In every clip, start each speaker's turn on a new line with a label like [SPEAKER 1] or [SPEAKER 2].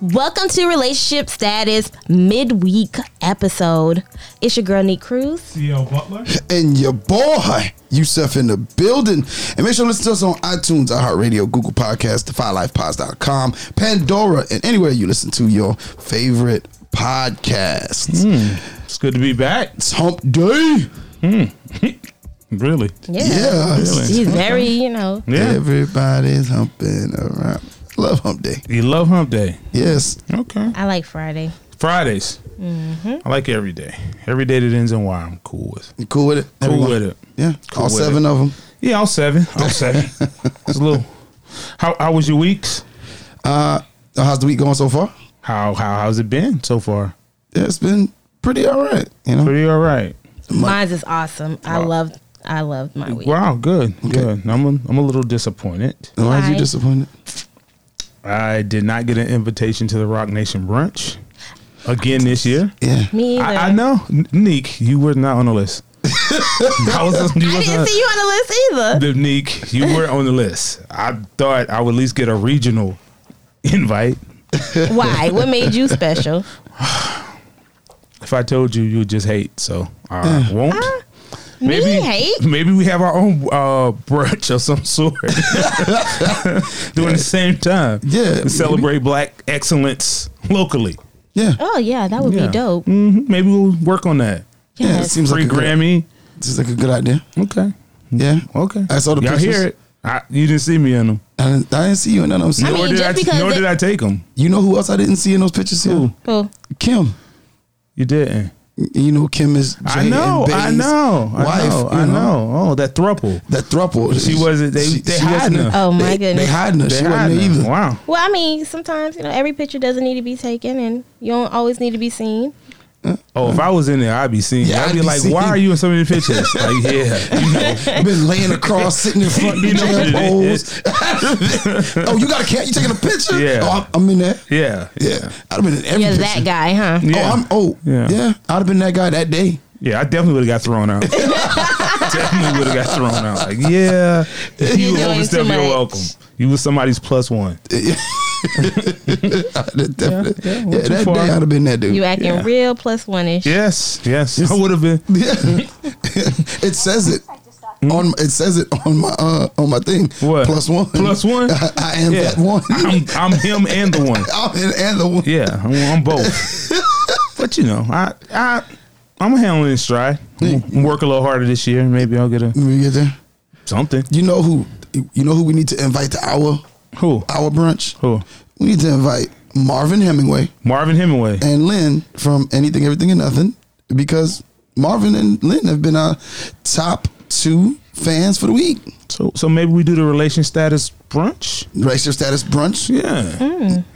[SPEAKER 1] Welcome to Relationship Status Midweek episode. It's your girl, Neat Cruz.
[SPEAKER 2] Theo Butler.
[SPEAKER 3] and your boy Yusef in the building. And make sure to listen to us on iTunes, iHeartRadio, Google Podcasts, TheFiveLifePods.com, Pandora, and anywhere you listen to your favorite podcasts.
[SPEAKER 2] Hmm. It's good to be back.
[SPEAKER 3] It's hump day.
[SPEAKER 2] Really?
[SPEAKER 1] Yeah.
[SPEAKER 3] Yeah.
[SPEAKER 2] Really?
[SPEAKER 1] She's very, you know.
[SPEAKER 2] Yeah.
[SPEAKER 3] Everybody's humping around. Love hump day.
[SPEAKER 2] You love hump day.
[SPEAKER 3] Yes.
[SPEAKER 2] Okay.
[SPEAKER 1] I like Friday.
[SPEAKER 2] Fridays.
[SPEAKER 1] Mm-hmm.
[SPEAKER 2] I like every day. Every day that ends in Y, I'm cool with.
[SPEAKER 3] You cool with it?
[SPEAKER 2] Cool
[SPEAKER 3] Everyone?
[SPEAKER 2] with it.
[SPEAKER 3] Yeah.
[SPEAKER 2] Cool
[SPEAKER 3] All
[SPEAKER 2] with
[SPEAKER 3] seven
[SPEAKER 2] it.
[SPEAKER 3] of them.
[SPEAKER 2] Yeah, all seven. All seven. it's a little. How, how was your weeks?
[SPEAKER 3] How's the week going so far?
[SPEAKER 2] How, how how's it been so far?
[SPEAKER 3] Yeah, it's been pretty all right. You know?
[SPEAKER 2] Pretty all right.
[SPEAKER 1] Mine's is awesome. I love I loved my week.
[SPEAKER 2] Wow, good, good. I'm a, I'm a little disappointed.
[SPEAKER 3] Why is you
[SPEAKER 1] Why?
[SPEAKER 3] disappointed?
[SPEAKER 2] I did not get an invitation to the Rock Nation brunch again this year.
[SPEAKER 3] Yeah.
[SPEAKER 1] Me either.
[SPEAKER 2] I, I know, N- Neek, you were not on the list. I, was, you
[SPEAKER 1] I
[SPEAKER 2] was
[SPEAKER 1] didn't
[SPEAKER 2] on-
[SPEAKER 1] see you on the list either.
[SPEAKER 2] the Neek, you were on the list. I thought I would at least get a regional invite.
[SPEAKER 1] Why? What made you special?
[SPEAKER 2] If I told you, you would just hate. So I won't. Maybe
[SPEAKER 1] me hate?
[SPEAKER 2] maybe we have our own uh, brunch of some sort during the same time.
[SPEAKER 3] Yeah,
[SPEAKER 2] to
[SPEAKER 3] maybe.
[SPEAKER 2] celebrate Black excellence locally.
[SPEAKER 3] Yeah.
[SPEAKER 1] Oh yeah, that would
[SPEAKER 2] Yeah.
[SPEAKER 1] be dope.
[SPEAKER 2] hmm Maybe we'll work on that.
[SPEAKER 3] Yeah, it
[SPEAKER 1] Yes.
[SPEAKER 3] seems
[SPEAKER 2] Free
[SPEAKER 3] like a good-
[SPEAKER 2] Grammy.
[SPEAKER 3] Seems like a good idea.
[SPEAKER 2] Okay.
[SPEAKER 3] Yeah.
[SPEAKER 2] Okay.
[SPEAKER 3] I saw the
[SPEAKER 2] Y'all
[SPEAKER 3] pictures.
[SPEAKER 2] hear it? I, you didn't see me in them.
[SPEAKER 3] I didn't, I didn't see you in none of them.
[SPEAKER 1] I mean,
[SPEAKER 2] nor did
[SPEAKER 1] just
[SPEAKER 2] I,
[SPEAKER 1] because
[SPEAKER 2] nor
[SPEAKER 1] they-
[SPEAKER 2] did I take them.
[SPEAKER 3] you know who else I didn't see in those pictures? Here?
[SPEAKER 2] Who?
[SPEAKER 1] Cool.
[SPEAKER 3] Kim.
[SPEAKER 2] You didn't.
[SPEAKER 3] You know Kim is. Jay
[SPEAKER 2] I know,
[SPEAKER 3] and
[SPEAKER 2] I
[SPEAKER 3] Bae's
[SPEAKER 2] know, I
[SPEAKER 3] wife,
[SPEAKER 2] know,
[SPEAKER 3] you
[SPEAKER 2] I know. Oh, that thruple.
[SPEAKER 3] That throuple.
[SPEAKER 2] She wasn't- they- they hiding
[SPEAKER 3] wasn't-
[SPEAKER 2] her.
[SPEAKER 1] Oh, my
[SPEAKER 3] they-
[SPEAKER 1] goodness.
[SPEAKER 3] They hiding her. she
[SPEAKER 2] They
[SPEAKER 3] wasn't
[SPEAKER 2] hiding
[SPEAKER 3] there
[SPEAKER 2] her.
[SPEAKER 3] either.
[SPEAKER 2] Wow.
[SPEAKER 1] Well, I mean, sometimes, you know, every picture doesn't need to be taken and you don't always need to be seen.
[SPEAKER 2] Oh, if I was in there, I'd be seeing.
[SPEAKER 3] Yeah,
[SPEAKER 2] I'd,
[SPEAKER 3] I'd
[SPEAKER 2] be,
[SPEAKER 3] be
[SPEAKER 2] like,
[SPEAKER 3] seeing-
[SPEAKER 2] why are you in so many pictures? like, yeah, you know,
[SPEAKER 3] Been laying across, sitting in front of the
[SPEAKER 2] You know
[SPEAKER 3] damn
[SPEAKER 2] what it
[SPEAKER 3] poles. oh, you got a cat? You taking a picture?
[SPEAKER 2] Yeah.
[SPEAKER 3] Oh, I'm, I'm in that.
[SPEAKER 2] yeah,
[SPEAKER 3] Yeah. I'd have been in every
[SPEAKER 1] You're
[SPEAKER 3] picture.
[SPEAKER 1] that guy, huh?
[SPEAKER 2] Yeah.
[SPEAKER 3] Oh, I'm. Oh,
[SPEAKER 2] Yeah.
[SPEAKER 3] yeah. I'd have been that guy that day.
[SPEAKER 2] yeah. I definitely would have got thrown out. definitely would have got thrown out. Like, yeah, you
[SPEAKER 1] You're
[SPEAKER 2] was
[SPEAKER 1] doing
[SPEAKER 2] overstepping
[SPEAKER 1] too
[SPEAKER 2] your
[SPEAKER 1] much.
[SPEAKER 2] welcome. You was somebody's plus one.
[SPEAKER 3] I'd have definitely-
[SPEAKER 2] yeah,
[SPEAKER 3] Yeah,
[SPEAKER 2] went too
[SPEAKER 3] that
[SPEAKER 2] far.
[SPEAKER 3] day I'd have been that dude.
[SPEAKER 1] You acting
[SPEAKER 2] Yeah.
[SPEAKER 1] real plus one ish.
[SPEAKER 2] Yes, yes. I would have been.
[SPEAKER 3] Yeah. it says it on it says it on my uh on my thing.
[SPEAKER 2] What?
[SPEAKER 3] Plus one.
[SPEAKER 2] Plus one?
[SPEAKER 3] I, I am
[SPEAKER 2] Yeah,
[SPEAKER 3] that one.
[SPEAKER 2] I'm, I'm him and the one.
[SPEAKER 3] I'm in and the one.
[SPEAKER 2] Yeah, I'm, I'm both. but you know, I I I'm handling it in stride. I'm gonna work a little harder this year. Maybe I'll get a
[SPEAKER 3] When we get there.
[SPEAKER 2] something.
[SPEAKER 3] You know who you know who we need to invite to our
[SPEAKER 2] Who?
[SPEAKER 3] our brunch?
[SPEAKER 2] Who?
[SPEAKER 3] We need to invite Marvin Hemingway
[SPEAKER 2] Marvin Hemingway.
[SPEAKER 3] and Lynn from Anything, Everything and Nothing because Marvin and Lynn have been our top two fans for the week.
[SPEAKER 2] So so maybe we do the relation status brunch.
[SPEAKER 3] Racial status brunch.
[SPEAKER 2] Yeah.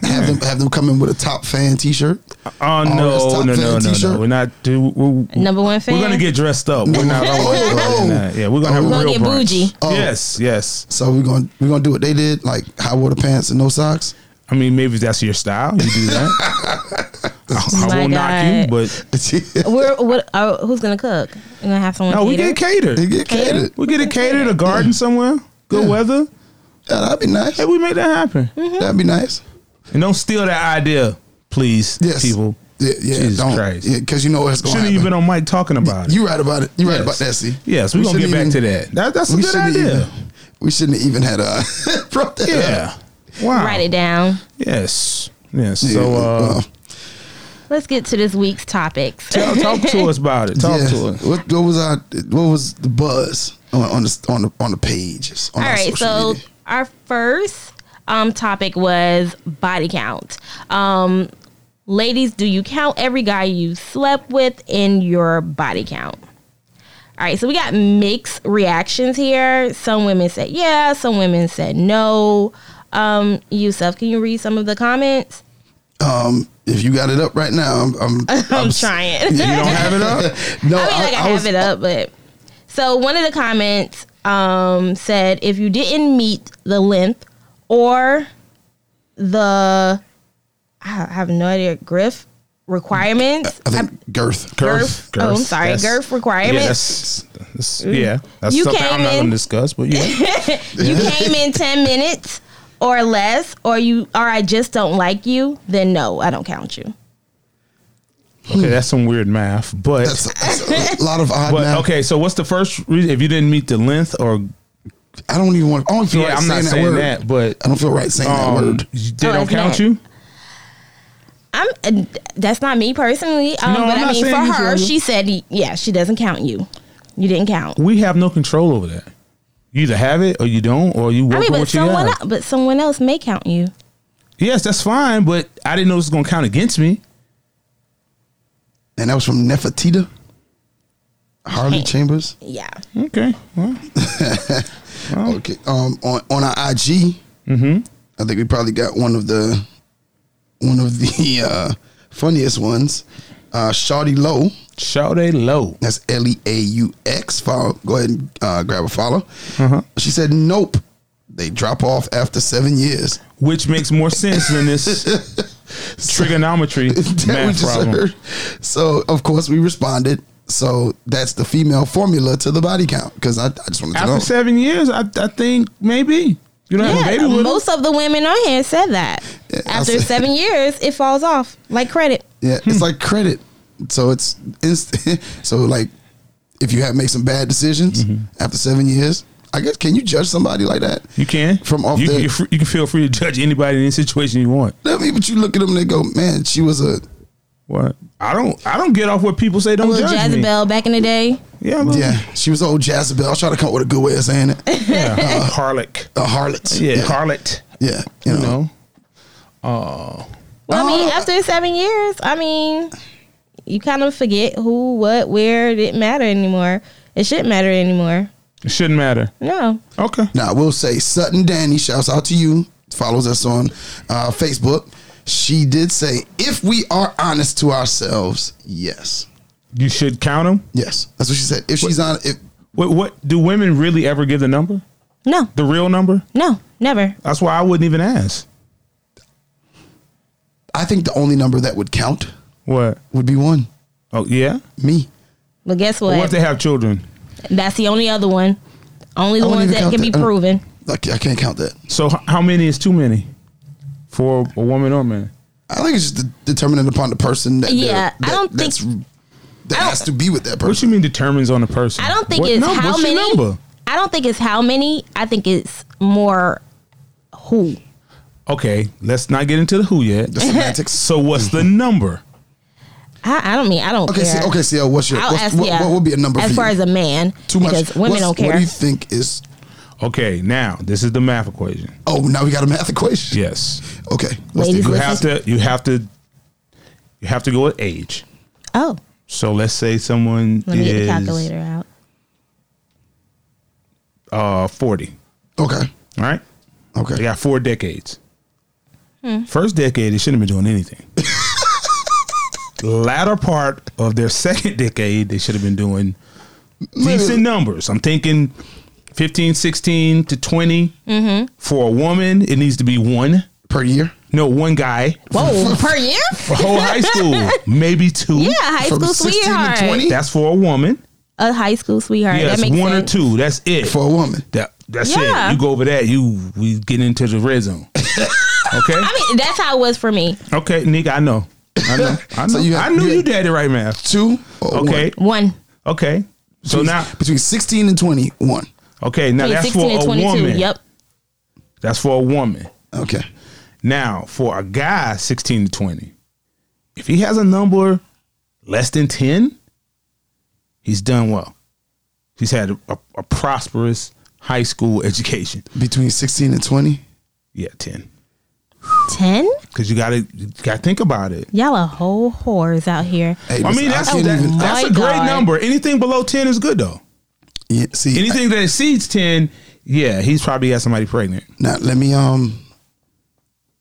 [SPEAKER 3] Have them have them come in with a top fan t shirt.
[SPEAKER 2] Oh
[SPEAKER 3] that's
[SPEAKER 2] no
[SPEAKER 3] top
[SPEAKER 2] no
[SPEAKER 3] fan
[SPEAKER 2] no no no.
[SPEAKER 3] t-shirt.
[SPEAKER 2] We're not. Do we're,
[SPEAKER 1] Number one fan.
[SPEAKER 2] We're gonna get dressed up. We're not.
[SPEAKER 3] Oh,
[SPEAKER 2] all
[SPEAKER 3] oh,
[SPEAKER 2] that. Yeah, we're gonna have
[SPEAKER 1] We're
[SPEAKER 2] a
[SPEAKER 1] gonna
[SPEAKER 2] real
[SPEAKER 1] get
[SPEAKER 2] brunch.
[SPEAKER 1] bougie.
[SPEAKER 3] Oh.
[SPEAKER 2] Yes yes.
[SPEAKER 3] So we're gonna we're gonna do what they did, like high water pants and no socks.
[SPEAKER 2] I mean maybe that's your style. You do that. I, I
[SPEAKER 1] My
[SPEAKER 2] won't knock you,
[SPEAKER 1] God.
[SPEAKER 2] but
[SPEAKER 1] We're what? Are, who's gonna cook? We're gonna have someone.
[SPEAKER 2] no, we
[SPEAKER 1] cater?
[SPEAKER 2] get catered.
[SPEAKER 3] they get catered.
[SPEAKER 2] We get it catered, a garden somewhere, good
[SPEAKER 3] Yeah.
[SPEAKER 2] weather.
[SPEAKER 3] Yeah, that'd be nice.
[SPEAKER 2] Hey, we make that happen.
[SPEAKER 3] That'd be nice.
[SPEAKER 2] Mm. And don't steal that idea, please,
[SPEAKER 3] Yes,
[SPEAKER 2] people.
[SPEAKER 3] Yeah, yeah
[SPEAKER 2] Jesus
[SPEAKER 3] don't.
[SPEAKER 2] Christ.
[SPEAKER 3] Yeah, because you know what's going
[SPEAKER 2] Shouldn't you been
[SPEAKER 3] to
[SPEAKER 2] on mic talking about it?
[SPEAKER 3] You right about it. You right
[SPEAKER 2] Yes.
[SPEAKER 3] about that. See.
[SPEAKER 2] Yes, we're gonna get back to that. That- that's a
[SPEAKER 3] we
[SPEAKER 2] good
[SPEAKER 3] shouldn't
[SPEAKER 2] idea.
[SPEAKER 3] Even, we shouldn't have even had uh brought that up.
[SPEAKER 2] yeah. Wow.
[SPEAKER 1] Write it down.
[SPEAKER 2] Yes. Yes.
[SPEAKER 3] Yeah,
[SPEAKER 2] So uh,
[SPEAKER 1] Let's get to this week's topics.
[SPEAKER 2] tell, talk to us about it. Talk
[SPEAKER 3] yeah.
[SPEAKER 2] to us.
[SPEAKER 3] What, what was our what was the buzz on, on the on the on the pages? On
[SPEAKER 1] All
[SPEAKER 3] our
[SPEAKER 1] right,
[SPEAKER 3] social
[SPEAKER 1] so
[SPEAKER 3] media?
[SPEAKER 1] our first um, topic was body count. Um, ladies, do you count every guy you slept with in your body count? All right, so we got mixed reactions here. Some women said yeah, some women said no. Um, Yusuf, can you read some of the comments?
[SPEAKER 3] if you got it up right now, I'm I'm,
[SPEAKER 1] I'm trying.
[SPEAKER 3] You
[SPEAKER 2] don't have it up?
[SPEAKER 3] no,
[SPEAKER 1] I mean, like I,
[SPEAKER 3] was-
[SPEAKER 1] have it up, but so one of the comments um, said if you didn't meet the length or the I ha- have no idea girth requirements.
[SPEAKER 3] I think girth.
[SPEAKER 1] Girth. Oh, I'm sorry, girth
[SPEAKER 2] Yeah,
[SPEAKER 1] requirements.
[SPEAKER 2] that's, that's yeah. That's
[SPEAKER 1] You
[SPEAKER 2] something
[SPEAKER 1] came
[SPEAKER 2] I'm not
[SPEAKER 1] in-
[SPEAKER 2] gonna discuss, but Uh, yeah.
[SPEAKER 1] You came in ten minutes or less, or you or I just don't like you, then no, I don't count you.
[SPEAKER 2] Okay, that's some weird math, but
[SPEAKER 3] That's, that's a lot of odd
[SPEAKER 2] but
[SPEAKER 3] math.
[SPEAKER 2] okay. So what's the first reason? If you didn't meet the length or
[SPEAKER 3] I don't even want. I don't feel
[SPEAKER 2] yeah,
[SPEAKER 3] right
[SPEAKER 2] I'm
[SPEAKER 3] saying
[SPEAKER 2] not
[SPEAKER 3] that
[SPEAKER 2] saying
[SPEAKER 3] word.
[SPEAKER 2] that, but
[SPEAKER 3] I don't feel right saying that
[SPEAKER 2] um,
[SPEAKER 3] word.
[SPEAKER 2] they
[SPEAKER 1] Oh,
[SPEAKER 2] don't
[SPEAKER 1] it's
[SPEAKER 2] count
[SPEAKER 1] not.
[SPEAKER 2] you.
[SPEAKER 1] I'm and that's not me personally, um,
[SPEAKER 2] No,
[SPEAKER 1] but
[SPEAKER 2] I'm
[SPEAKER 1] I
[SPEAKER 2] not
[SPEAKER 1] mean
[SPEAKER 2] saying
[SPEAKER 1] for
[SPEAKER 2] you
[SPEAKER 1] her,
[SPEAKER 2] shouldn't.
[SPEAKER 1] she said yeah, she doesn't count you. You didn't count.
[SPEAKER 2] We have no control over that. You either have it or you don't, or you work
[SPEAKER 1] I mean,
[SPEAKER 2] with
[SPEAKER 1] but
[SPEAKER 2] what you
[SPEAKER 1] someone
[SPEAKER 2] have.
[SPEAKER 1] else, but someone else may count you.
[SPEAKER 2] Yes, that's fine, but I didn't know it was going to count against me.
[SPEAKER 3] And that was from Nefertita, Harley
[SPEAKER 1] Hey.
[SPEAKER 3] Chambers.
[SPEAKER 1] Yeah.
[SPEAKER 2] Okay, well,
[SPEAKER 3] Okay. Um, on on our IG, mm-hmm. I think we probably got one of the one of the uh, funniest ones. Uh, Shawty Low.
[SPEAKER 2] shout a low.
[SPEAKER 3] That's L E A U X. Follow. Go ahead and uh, grab a follow.
[SPEAKER 2] Uh-huh.
[SPEAKER 3] She said, "Nope." They drop off after seven years.
[SPEAKER 2] which makes more sense than this trigonometry
[SPEAKER 3] that we
[SPEAKER 2] math
[SPEAKER 3] just
[SPEAKER 2] problem.
[SPEAKER 3] heard. So of course we responded. So that's the female formula to the body count because I, I just wanted to
[SPEAKER 2] After
[SPEAKER 3] know.
[SPEAKER 2] seven years, I, I think maybe you don't have a
[SPEAKER 1] Yeah,
[SPEAKER 2] baby with them.
[SPEAKER 1] most of the women on here said that.
[SPEAKER 3] Yeah, I
[SPEAKER 1] After
[SPEAKER 3] said-
[SPEAKER 1] seven years, it falls off like credit.
[SPEAKER 3] yeah, it's like credit. So it's inst- so like if you have make some bad decisions after seven years, I guess can you judge somebody like that?
[SPEAKER 2] You can
[SPEAKER 3] From off
[SPEAKER 2] you,
[SPEAKER 3] the-
[SPEAKER 2] you, fr- you can feel free to judge anybody in any situation you want.
[SPEAKER 3] I mean, but you look at them and they go, man, she was a
[SPEAKER 2] What I don't I don't get off what people say. Don't
[SPEAKER 1] Little
[SPEAKER 2] judge
[SPEAKER 1] Jezebel back in the day.
[SPEAKER 2] me. Yeah, well,
[SPEAKER 3] yeah, she was old Jezebel. I'll try to come up with a good way of saying it.
[SPEAKER 2] yeah. harlot.
[SPEAKER 3] A harlot.
[SPEAKER 2] Yeah,
[SPEAKER 3] yeah,
[SPEAKER 2] harlot.
[SPEAKER 3] yeah, you know.
[SPEAKER 2] You know,
[SPEAKER 1] Well, I mean,
[SPEAKER 3] Oh.
[SPEAKER 1] after seven years, I mean, you kind of forget who, what, where. It didn't matter anymore. It shouldn't matter anymore.
[SPEAKER 2] it shouldn't matter.
[SPEAKER 1] No.
[SPEAKER 2] Okay,
[SPEAKER 3] Now, I will say Sutton Danny, shouts out to you, follows us on uh, Facebook. She did say, if we are honest to ourselves, yes.
[SPEAKER 2] you should count them.
[SPEAKER 3] Yes. That's what she said. If she's on, if,
[SPEAKER 2] What what do women really ever give the number?
[SPEAKER 1] No.
[SPEAKER 2] The real number?
[SPEAKER 1] No. Never.
[SPEAKER 2] That's why I wouldn't even ask.
[SPEAKER 3] I think the only number that would count
[SPEAKER 2] What?
[SPEAKER 3] would be one,
[SPEAKER 2] Oh yeah.
[SPEAKER 3] me.
[SPEAKER 1] But guess
[SPEAKER 2] What,
[SPEAKER 1] what?
[SPEAKER 2] if they have children?
[SPEAKER 1] That's the only other one. Only
[SPEAKER 3] I
[SPEAKER 1] the
[SPEAKER 3] wouldn't
[SPEAKER 1] ones
[SPEAKER 3] even
[SPEAKER 1] that
[SPEAKER 3] count
[SPEAKER 1] can be
[SPEAKER 3] that. I don't-
[SPEAKER 1] proven.
[SPEAKER 3] Like, I can't count that.
[SPEAKER 2] So h- how many is too many for a woman or man?
[SPEAKER 3] I think it's just de- determinant upon the person that, they're-
[SPEAKER 1] Yeah, I
[SPEAKER 3] that-
[SPEAKER 1] don't think-
[SPEAKER 3] that's, that has to be with that
[SPEAKER 2] What
[SPEAKER 3] person.
[SPEAKER 2] you mean determines on the person?
[SPEAKER 1] I don't think
[SPEAKER 2] What
[SPEAKER 1] it's
[SPEAKER 2] num-
[SPEAKER 1] how
[SPEAKER 2] what's your
[SPEAKER 1] many.
[SPEAKER 2] number?
[SPEAKER 1] I don't think it's how many. I think it's more who.
[SPEAKER 2] Okay, let's not get into the who yet.
[SPEAKER 3] The semantics.
[SPEAKER 2] So what's the number?
[SPEAKER 1] I, I don't mean I don't
[SPEAKER 3] Okay,
[SPEAKER 1] care.
[SPEAKER 3] see, okay, CL, what's your,
[SPEAKER 1] I'll
[SPEAKER 3] what's,
[SPEAKER 1] ask,
[SPEAKER 3] what,
[SPEAKER 1] yeah,
[SPEAKER 3] what would be a number
[SPEAKER 1] as
[SPEAKER 3] for
[SPEAKER 1] far
[SPEAKER 3] you?
[SPEAKER 1] as a man?
[SPEAKER 3] Too much.
[SPEAKER 1] because women
[SPEAKER 3] What's-
[SPEAKER 1] don't
[SPEAKER 3] What do
[SPEAKER 1] care.
[SPEAKER 3] you think is,
[SPEAKER 2] Okay, now this is the math equation.
[SPEAKER 3] oh, now we got a math equation.
[SPEAKER 2] Yes,
[SPEAKER 3] Okay. what's the
[SPEAKER 1] Ladies,
[SPEAKER 2] you
[SPEAKER 1] Let's
[SPEAKER 2] have to. You have to. You have to go with age.
[SPEAKER 1] oh,
[SPEAKER 2] So let's say someone
[SPEAKER 1] let me get the
[SPEAKER 2] is
[SPEAKER 1] calculator out.
[SPEAKER 2] uh, forty.
[SPEAKER 3] Okay.
[SPEAKER 2] All right,
[SPEAKER 3] Okay.
[SPEAKER 2] they got four decades.
[SPEAKER 1] Hmm.
[SPEAKER 2] First decade, they shouldn't have been doing anything. Latter part of their second decade, they should have been doing decent numbers. I'm thinking 15, 16 to 20.
[SPEAKER 1] Mm-hmm.
[SPEAKER 2] For a woman, it needs to be one.
[SPEAKER 3] per year.
[SPEAKER 2] No, one guy.
[SPEAKER 1] Whoa, per year?
[SPEAKER 2] For whole high school, maybe two.
[SPEAKER 1] Yeah, high
[SPEAKER 3] From
[SPEAKER 1] school
[SPEAKER 3] 16 to
[SPEAKER 1] sweetheart.
[SPEAKER 3] 20?
[SPEAKER 2] That's for a woman.
[SPEAKER 1] A high school sweetheart.
[SPEAKER 2] yes,
[SPEAKER 1] that makes
[SPEAKER 2] one
[SPEAKER 1] sense.
[SPEAKER 2] or two. That's it.
[SPEAKER 3] for a woman.
[SPEAKER 2] that, that's
[SPEAKER 1] Yeah.
[SPEAKER 2] it. You go over that, you we get into the red zone. Okay?
[SPEAKER 1] I mean, that's how it was for me.
[SPEAKER 2] Okay, nigga, I know. I know. I know.
[SPEAKER 3] So you
[SPEAKER 2] you
[SPEAKER 3] had-
[SPEAKER 2] I knew
[SPEAKER 3] you
[SPEAKER 2] you,
[SPEAKER 3] had-
[SPEAKER 2] did it right, man.
[SPEAKER 3] Two or
[SPEAKER 2] Okay.
[SPEAKER 1] One.
[SPEAKER 2] Okay. So
[SPEAKER 3] One.
[SPEAKER 2] now
[SPEAKER 3] between sixteen and twenty one.
[SPEAKER 2] okay, now
[SPEAKER 1] Between
[SPEAKER 2] that's
[SPEAKER 1] 16
[SPEAKER 2] for
[SPEAKER 1] and
[SPEAKER 2] a
[SPEAKER 1] 22.
[SPEAKER 2] woman.
[SPEAKER 1] Yep.
[SPEAKER 2] That's for a woman.
[SPEAKER 3] Okay.
[SPEAKER 2] Now, for a guy 16 to 20, if he has a number less than 10, he's done well. He's had a, a, a prosperous high school education.
[SPEAKER 3] Between sixteen and twenty.
[SPEAKER 2] Yeah, 10.
[SPEAKER 1] 10?
[SPEAKER 2] Cuz you got to got to think about it.
[SPEAKER 1] Y'all are whole whores out here.
[SPEAKER 3] Hey,
[SPEAKER 2] I mean,
[SPEAKER 3] listen,
[SPEAKER 2] that's
[SPEAKER 3] can't
[SPEAKER 2] that-
[SPEAKER 3] even-
[SPEAKER 2] that's
[SPEAKER 1] My
[SPEAKER 2] a great
[SPEAKER 1] God.
[SPEAKER 2] number. Anything below 10 is good though.
[SPEAKER 3] yeah, see I-
[SPEAKER 2] Anything that exceeds 10, yeah, he's probably got somebody pregnant.
[SPEAKER 3] now let me um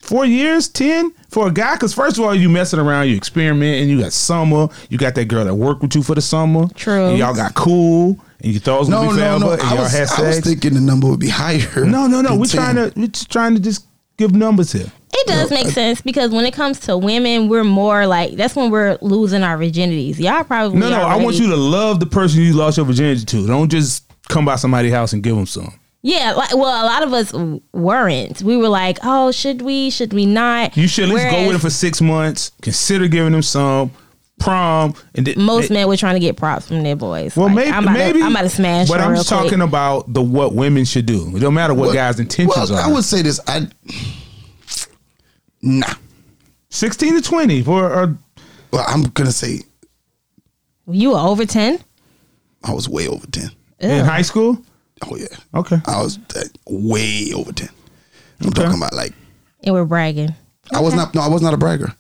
[SPEAKER 2] Four years, 10 for a guy? Because, first of all, you messing around, you experimenting, you got summer, you got that girl that worked with you for the summer.
[SPEAKER 1] True.
[SPEAKER 2] And y'all got cool, and you thought it was
[SPEAKER 3] no
[SPEAKER 2] going to be
[SPEAKER 3] no
[SPEAKER 2] forever,
[SPEAKER 3] no
[SPEAKER 2] and
[SPEAKER 3] I
[SPEAKER 2] y'all
[SPEAKER 3] was,
[SPEAKER 2] had
[SPEAKER 3] I was
[SPEAKER 2] sex.
[SPEAKER 3] thinking the number would be higher.
[SPEAKER 2] no, no, no.
[SPEAKER 3] than
[SPEAKER 2] We're
[SPEAKER 3] 10.
[SPEAKER 2] trying to, we're just trying to just give numbers here.
[SPEAKER 1] It does make sense because when it comes to women, we're more like that's when we're losing our virginities. Y'all probably
[SPEAKER 2] No, no. I want you to love the person you lost your virginity to. Don't just come by somebody's house and give them some.
[SPEAKER 1] Yeah, like, well, a lot of us w- weren't. We were like, oh, should we? Should we not?
[SPEAKER 2] You should at least go
[SPEAKER 1] Whereas
[SPEAKER 2] with them for six months. Consider giving them some prom, and then
[SPEAKER 1] Most men were trying to get props from their boys.
[SPEAKER 2] Well,
[SPEAKER 1] Like,
[SPEAKER 2] maybe
[SPEAKER 1] I'm about,
[SPEAKER 2] maybe
[SPEAKER 1] to, I'm about to smash.
[SPEAKER 2] But
[SPEAKER 1] her
[SPEAKER 2] I'm
[SPEAKER 1] real
[SPEAKER 2] just talking
[SPEAKER 1] quick.
[SPEAKER 2] about the what women should do. It don't matter what, guys' intentions
[SPEAKER 3] well,
[SPEAKER 2] are.
[SPEAKER 3] I would say this. I nah.
[SPEAKER 2] Sixteen to twenty for uh, a
[SPEAKER 3] Well, I'm gonna say
[SPEAKER 1] You were over ten.
[SPEAKER 3] I was way over ten.
[SPEAKER 2] in high school.
[SPEAKER 3] Oh yeah.
[SPEAKER 2] Okay,
[SPEAKER 3] I was uh, way over ten. I'm talking about like
[SPEAKER 1] and we're bragging.
[SPEAKER 3] I was not. No, I was not a bragger.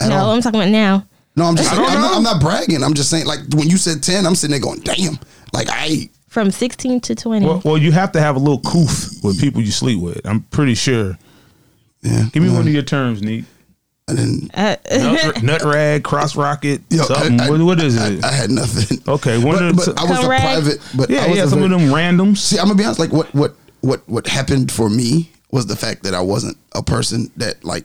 [SPEAKER 3] At
[SPEAKER 1] no,
[SPEAKER 3] all.
[SPEAKER 1] I'm talking about now.
[SPEAKER 3] No, I'm just.
[SPEAKER 2] I
[SPEAKER 3] Saying,
[SPEAKER 2] don't
[SPEAKER 3] I'm, not,
[SPEAKER 2] know.
[SPEAKER 3] I'm not bragging. I'm just saying. Like when you said ten, I'm sitting there going, "Damn!" Like I.
[SPEAKER 1] From 16 to 20.
[SPEAKER 2] well, well, you have to have a little coof with people you sleep with. I'm pretty sure. Mm.
[SPEAKER 3] Yeah.
[SPEAKER 2] Give me one of your terms, Neat.
[SPEAKER 3] I didn't.
[SPEAKER 1] uh,
[SPEAKER 2] Nut, nut rag, cross rocket,
[SPEAKER 3] yo,
[SPEAKER 2] something.
[SPEAKER 3] I- I-
[SPEAKER 2] what, what is
[SPEAKER 3] I-
[SPEAKER 2] it?
[SPEAKER 3] I, had nothing.
[SPEAKER 2] Okay, one
[SPEAKER 3] but,
[SPEAKER 2] of the-
[SPEAKER 3] but I was a
[SPEAKER 1] Conrad?
[SPEAKER 3] private. But I
[SPEAKER 2] yeah,
[SPEAKER 3] was
[SPEAKER 2] yeah,
[SPEAKER 3] a
[SPEAKER 2] some of
[SPEAKER 3] very-
[SPEAKER 2] them randoms.
[SPEAKER 3] See, I'm gonna be honest. Like what what what what happened for me was the fact that I wasn't a person that like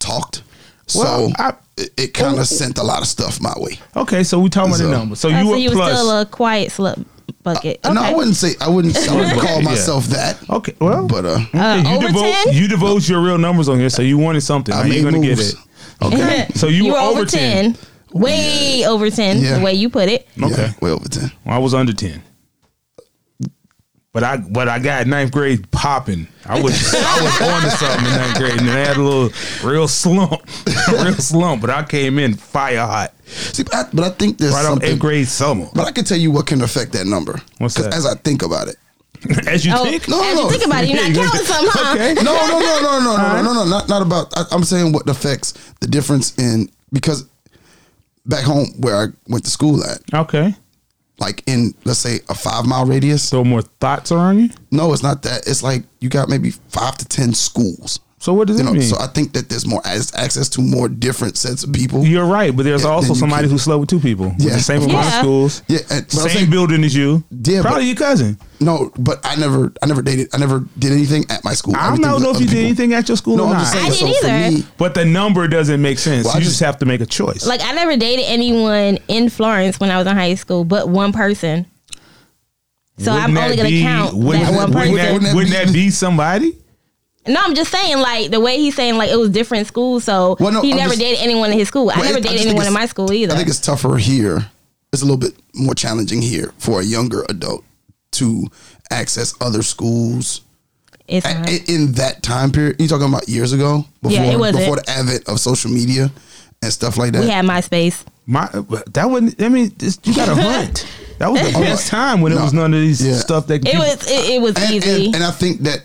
[SPEAKER 3] talked. So
[SPEAKER 2] Well, I- Oh.
[SPEAKER 3] it, it kind of
[SPEAKER 2] well-
[SPEAKER 3] sent a lot of stuff my way.
[SPEAKER 2] Okay, so we talking about
[SPEAKER 3] So-
[SPEAKER 2] the number. So
[SPEAKER 1] oh,
[SPEAKER 2] you
[SPEAKER 1] so
[SPEAKER 2] were
[SPEAKER 1] you were
[SPEAKER 2] plus. Uh,
[SPEAKER 1] still a quiet slut bucket.
[SPEAKER 3] No, I
[SPEAKER 1] Okay.
[SPEAKER 3] wouldn't say I wouldn't. I wouldn't call
[SPEAKER 2] Yeah.
[SPEAKER 3] myself that.
[SPEAKER 2] okay, well,
[SPEAKER 3] But uh,
[SPEAKER 1] Uh,
[SPEAKER 2] you
[SPEAKER 1] over
[SPEAKER 2] devote
[SPEAKER 1] 10?
[SPEAKER 2] you devote your real numbers on here, so you wanted something.
[SPEAKER 3] I
[SPEAKER 2] Now you're
[SPEAKER 3] made
[SPEAKER 2] gonna
[SPEAKER 3] moves.
[SPEAKER 2] get it. Okay, so you, were, over ten.
[SPEAKER 1] Way over 10,
[SPEAKER 3] Yeah.
[SPEAKER 1] the way you put it.
[SPEAKER 2] Okay,
[SPEAKER 3] yeah, way over ten.
[SPEAKER 2] Well, I was under ten. But I but I got ninth grade popping. I was I was on to something in ninth grade, and I had a little real slump, real slump. But I came in fire hot
[SPEAKER 3] See, but I, but I think there's
[SPEAKER 2] right off
[SPEAKER 3] something.
[SPEAKER 2] eighth grade summer.
[SPEAKER 3] But I can tell you what can affect that number.
[SPEAKER 2] What's
[SPEAKER 3] 'Cause
[SPEAKER 2] that?
[SPEAKER 3] As I think about it.
[SPEAKER 2] As you
[SPEAKER 1] Oh,
[SPEAKER 2] think,
[SPEAKER 3] No,
[SPEAKER 1] as
[SPEAKER 3] no.
[SPEAKER 1] you think about it, you're not counting some, huh?
[SPEAKER 2] okay,
[SPEAKER 3] No, no, no, no, no, no, no, no, not not about. I, I'm saying what affects the difference in because back home where I went to school at,
[SPEAKER 2] okay.
[SPEAKER 3] like in let's say a five mile radius.
[SPEAKER 2] So more thoughts around you.
[SPEAKER 3] No, it's not that. It's like you got maybe five to ten schools.
[SPEAKER 2] So what does
[SPEAKER 3] You
[SPEAKER 2] it
[SPEAKER 3] know,
[SPEAKER 2] mean?
[SPEAKER 3] so I think that there's more as, access to more different sets of people.
[SPEAKER 2] You're right, but there's
[SPEAKER 3] Yeah,
[SPEAKER 2] also
[SPEAKER 3] then you
[SPEAKER 2] somebody
[SPEAKER 3] can-
[SPEAKER 2] who slept with two people. Yeah,
[SPEAKER 3] Yeah.
[SPEAKER 2] the same amount of
[SPEAKER 1] Yeah.
[SPEAKER 2] schools.
[SPEAKER 3] Yeah, and, but I'm
[SPEAKER 2] same
[SPEAKER 3] saying-
[SPEAKER 2] building as you.
[SPEAKER 3] Yeah, but-
[SPEAKER 2] probably your cousin.
[SPEAKER 3] No, but I never, I never dated, I never did anything at my school.
[SPEAKER 2] I don't
[SPEAKER 3] Everything
[SPEAKER 2] know
[SPEAKER 3] was
[SPEAKER 2] if
[SPEAKER 3] other
[SPEAKER 2] you did
[SPEAKER 3] people.
[SPEAKER 2] anything at your school
[SPEAKER 3] No,
[SPEAKER 2] or
[SPEAKER 3] I'm
[SPEAKER 2] not.
[SPEAKER 3] just saying.
[SPEAKER 1] I
[SPEAKER 3] so
[SPEAKER 1] didn't either.
[SPEAKER 3] for me,
[SPEAKER 2] But the number doesn't make sense.
[SPEAKER 3] Well, I
[SPEAKER 2] you
[SPEAKER 3] just-
[SPEAKER 2] just, have to make a choice.
[SPEAKER 1] Like, I never dated anyone in Florence when I was in high school, but one person. So I'm
[SPEAKER 2] Wouldn't that
[SPEAKER 1] only going to
[SPEAKER 2] be-
[SPEAKER 1] count
[SPEAKER 2] Wouldn't,
[SPEAKER 1] that one
[SPEAKER 2] wouldn't
[SPEAKER 1] person.
[SPEAKER 2] that,
[SPEAKER 3] Wouldn't that
[SPEAKER 2] wouldn't
[SPEAKER 3] be-
[SPEAKER 2] that be somebody?
[SPEAKER 1] No, I'm just saying, like the way he's saying, like it was different schools, so
[SPEAKER 3] Well, no,
[SPEAKER 1] he
[SPEAKER 3] I'm
[SPEAKER 1] never
[SPEAKER 3] just-
[SPEAKER 1] dated anyone in his school. I
[SPEAKER 3] Well,
[SPEAKER 1] never
[SPEAKER 3] it- I just
[SPEAKER 1] dated
[SPEAKER 3] think
[SPEAKER 1] anyone in
[SPEAKER 3] it's-
[SPEAKER 1] my school either.
[SPEAKER 3] I think it's tougher here. It's a little bit more challenging here for a younger adult to access other schools
[SPEAKER 1] It's
[SPEAKER 3] A-
[SPEAKER 1] not.
[SPEAKER 3] i- in that time period. You talking about years ago? Before,
[SPEAKER 1] Yeah, it wasn't.
[SPEAKER 3] before the advent of social media and stuff like that.
[SPEAKER 1] we had MySpace.
[SPEAKER 2] My that wouldn't. I mean, this, you got to hunt. That was the best time when
[SPEAKER 3] No.
[SPEAKER 2] it was none of these
[SPEAKER 3] Yeah.
[SPEAKER 2] stuff that
[SPEAKER 1] It
[SPEAKER 2] you-
[SPEAKER 1] was it, it was
[SPEAKER 3] and,
[SPEAKER 1] easy.
[SPEAKER 3] and, and I think that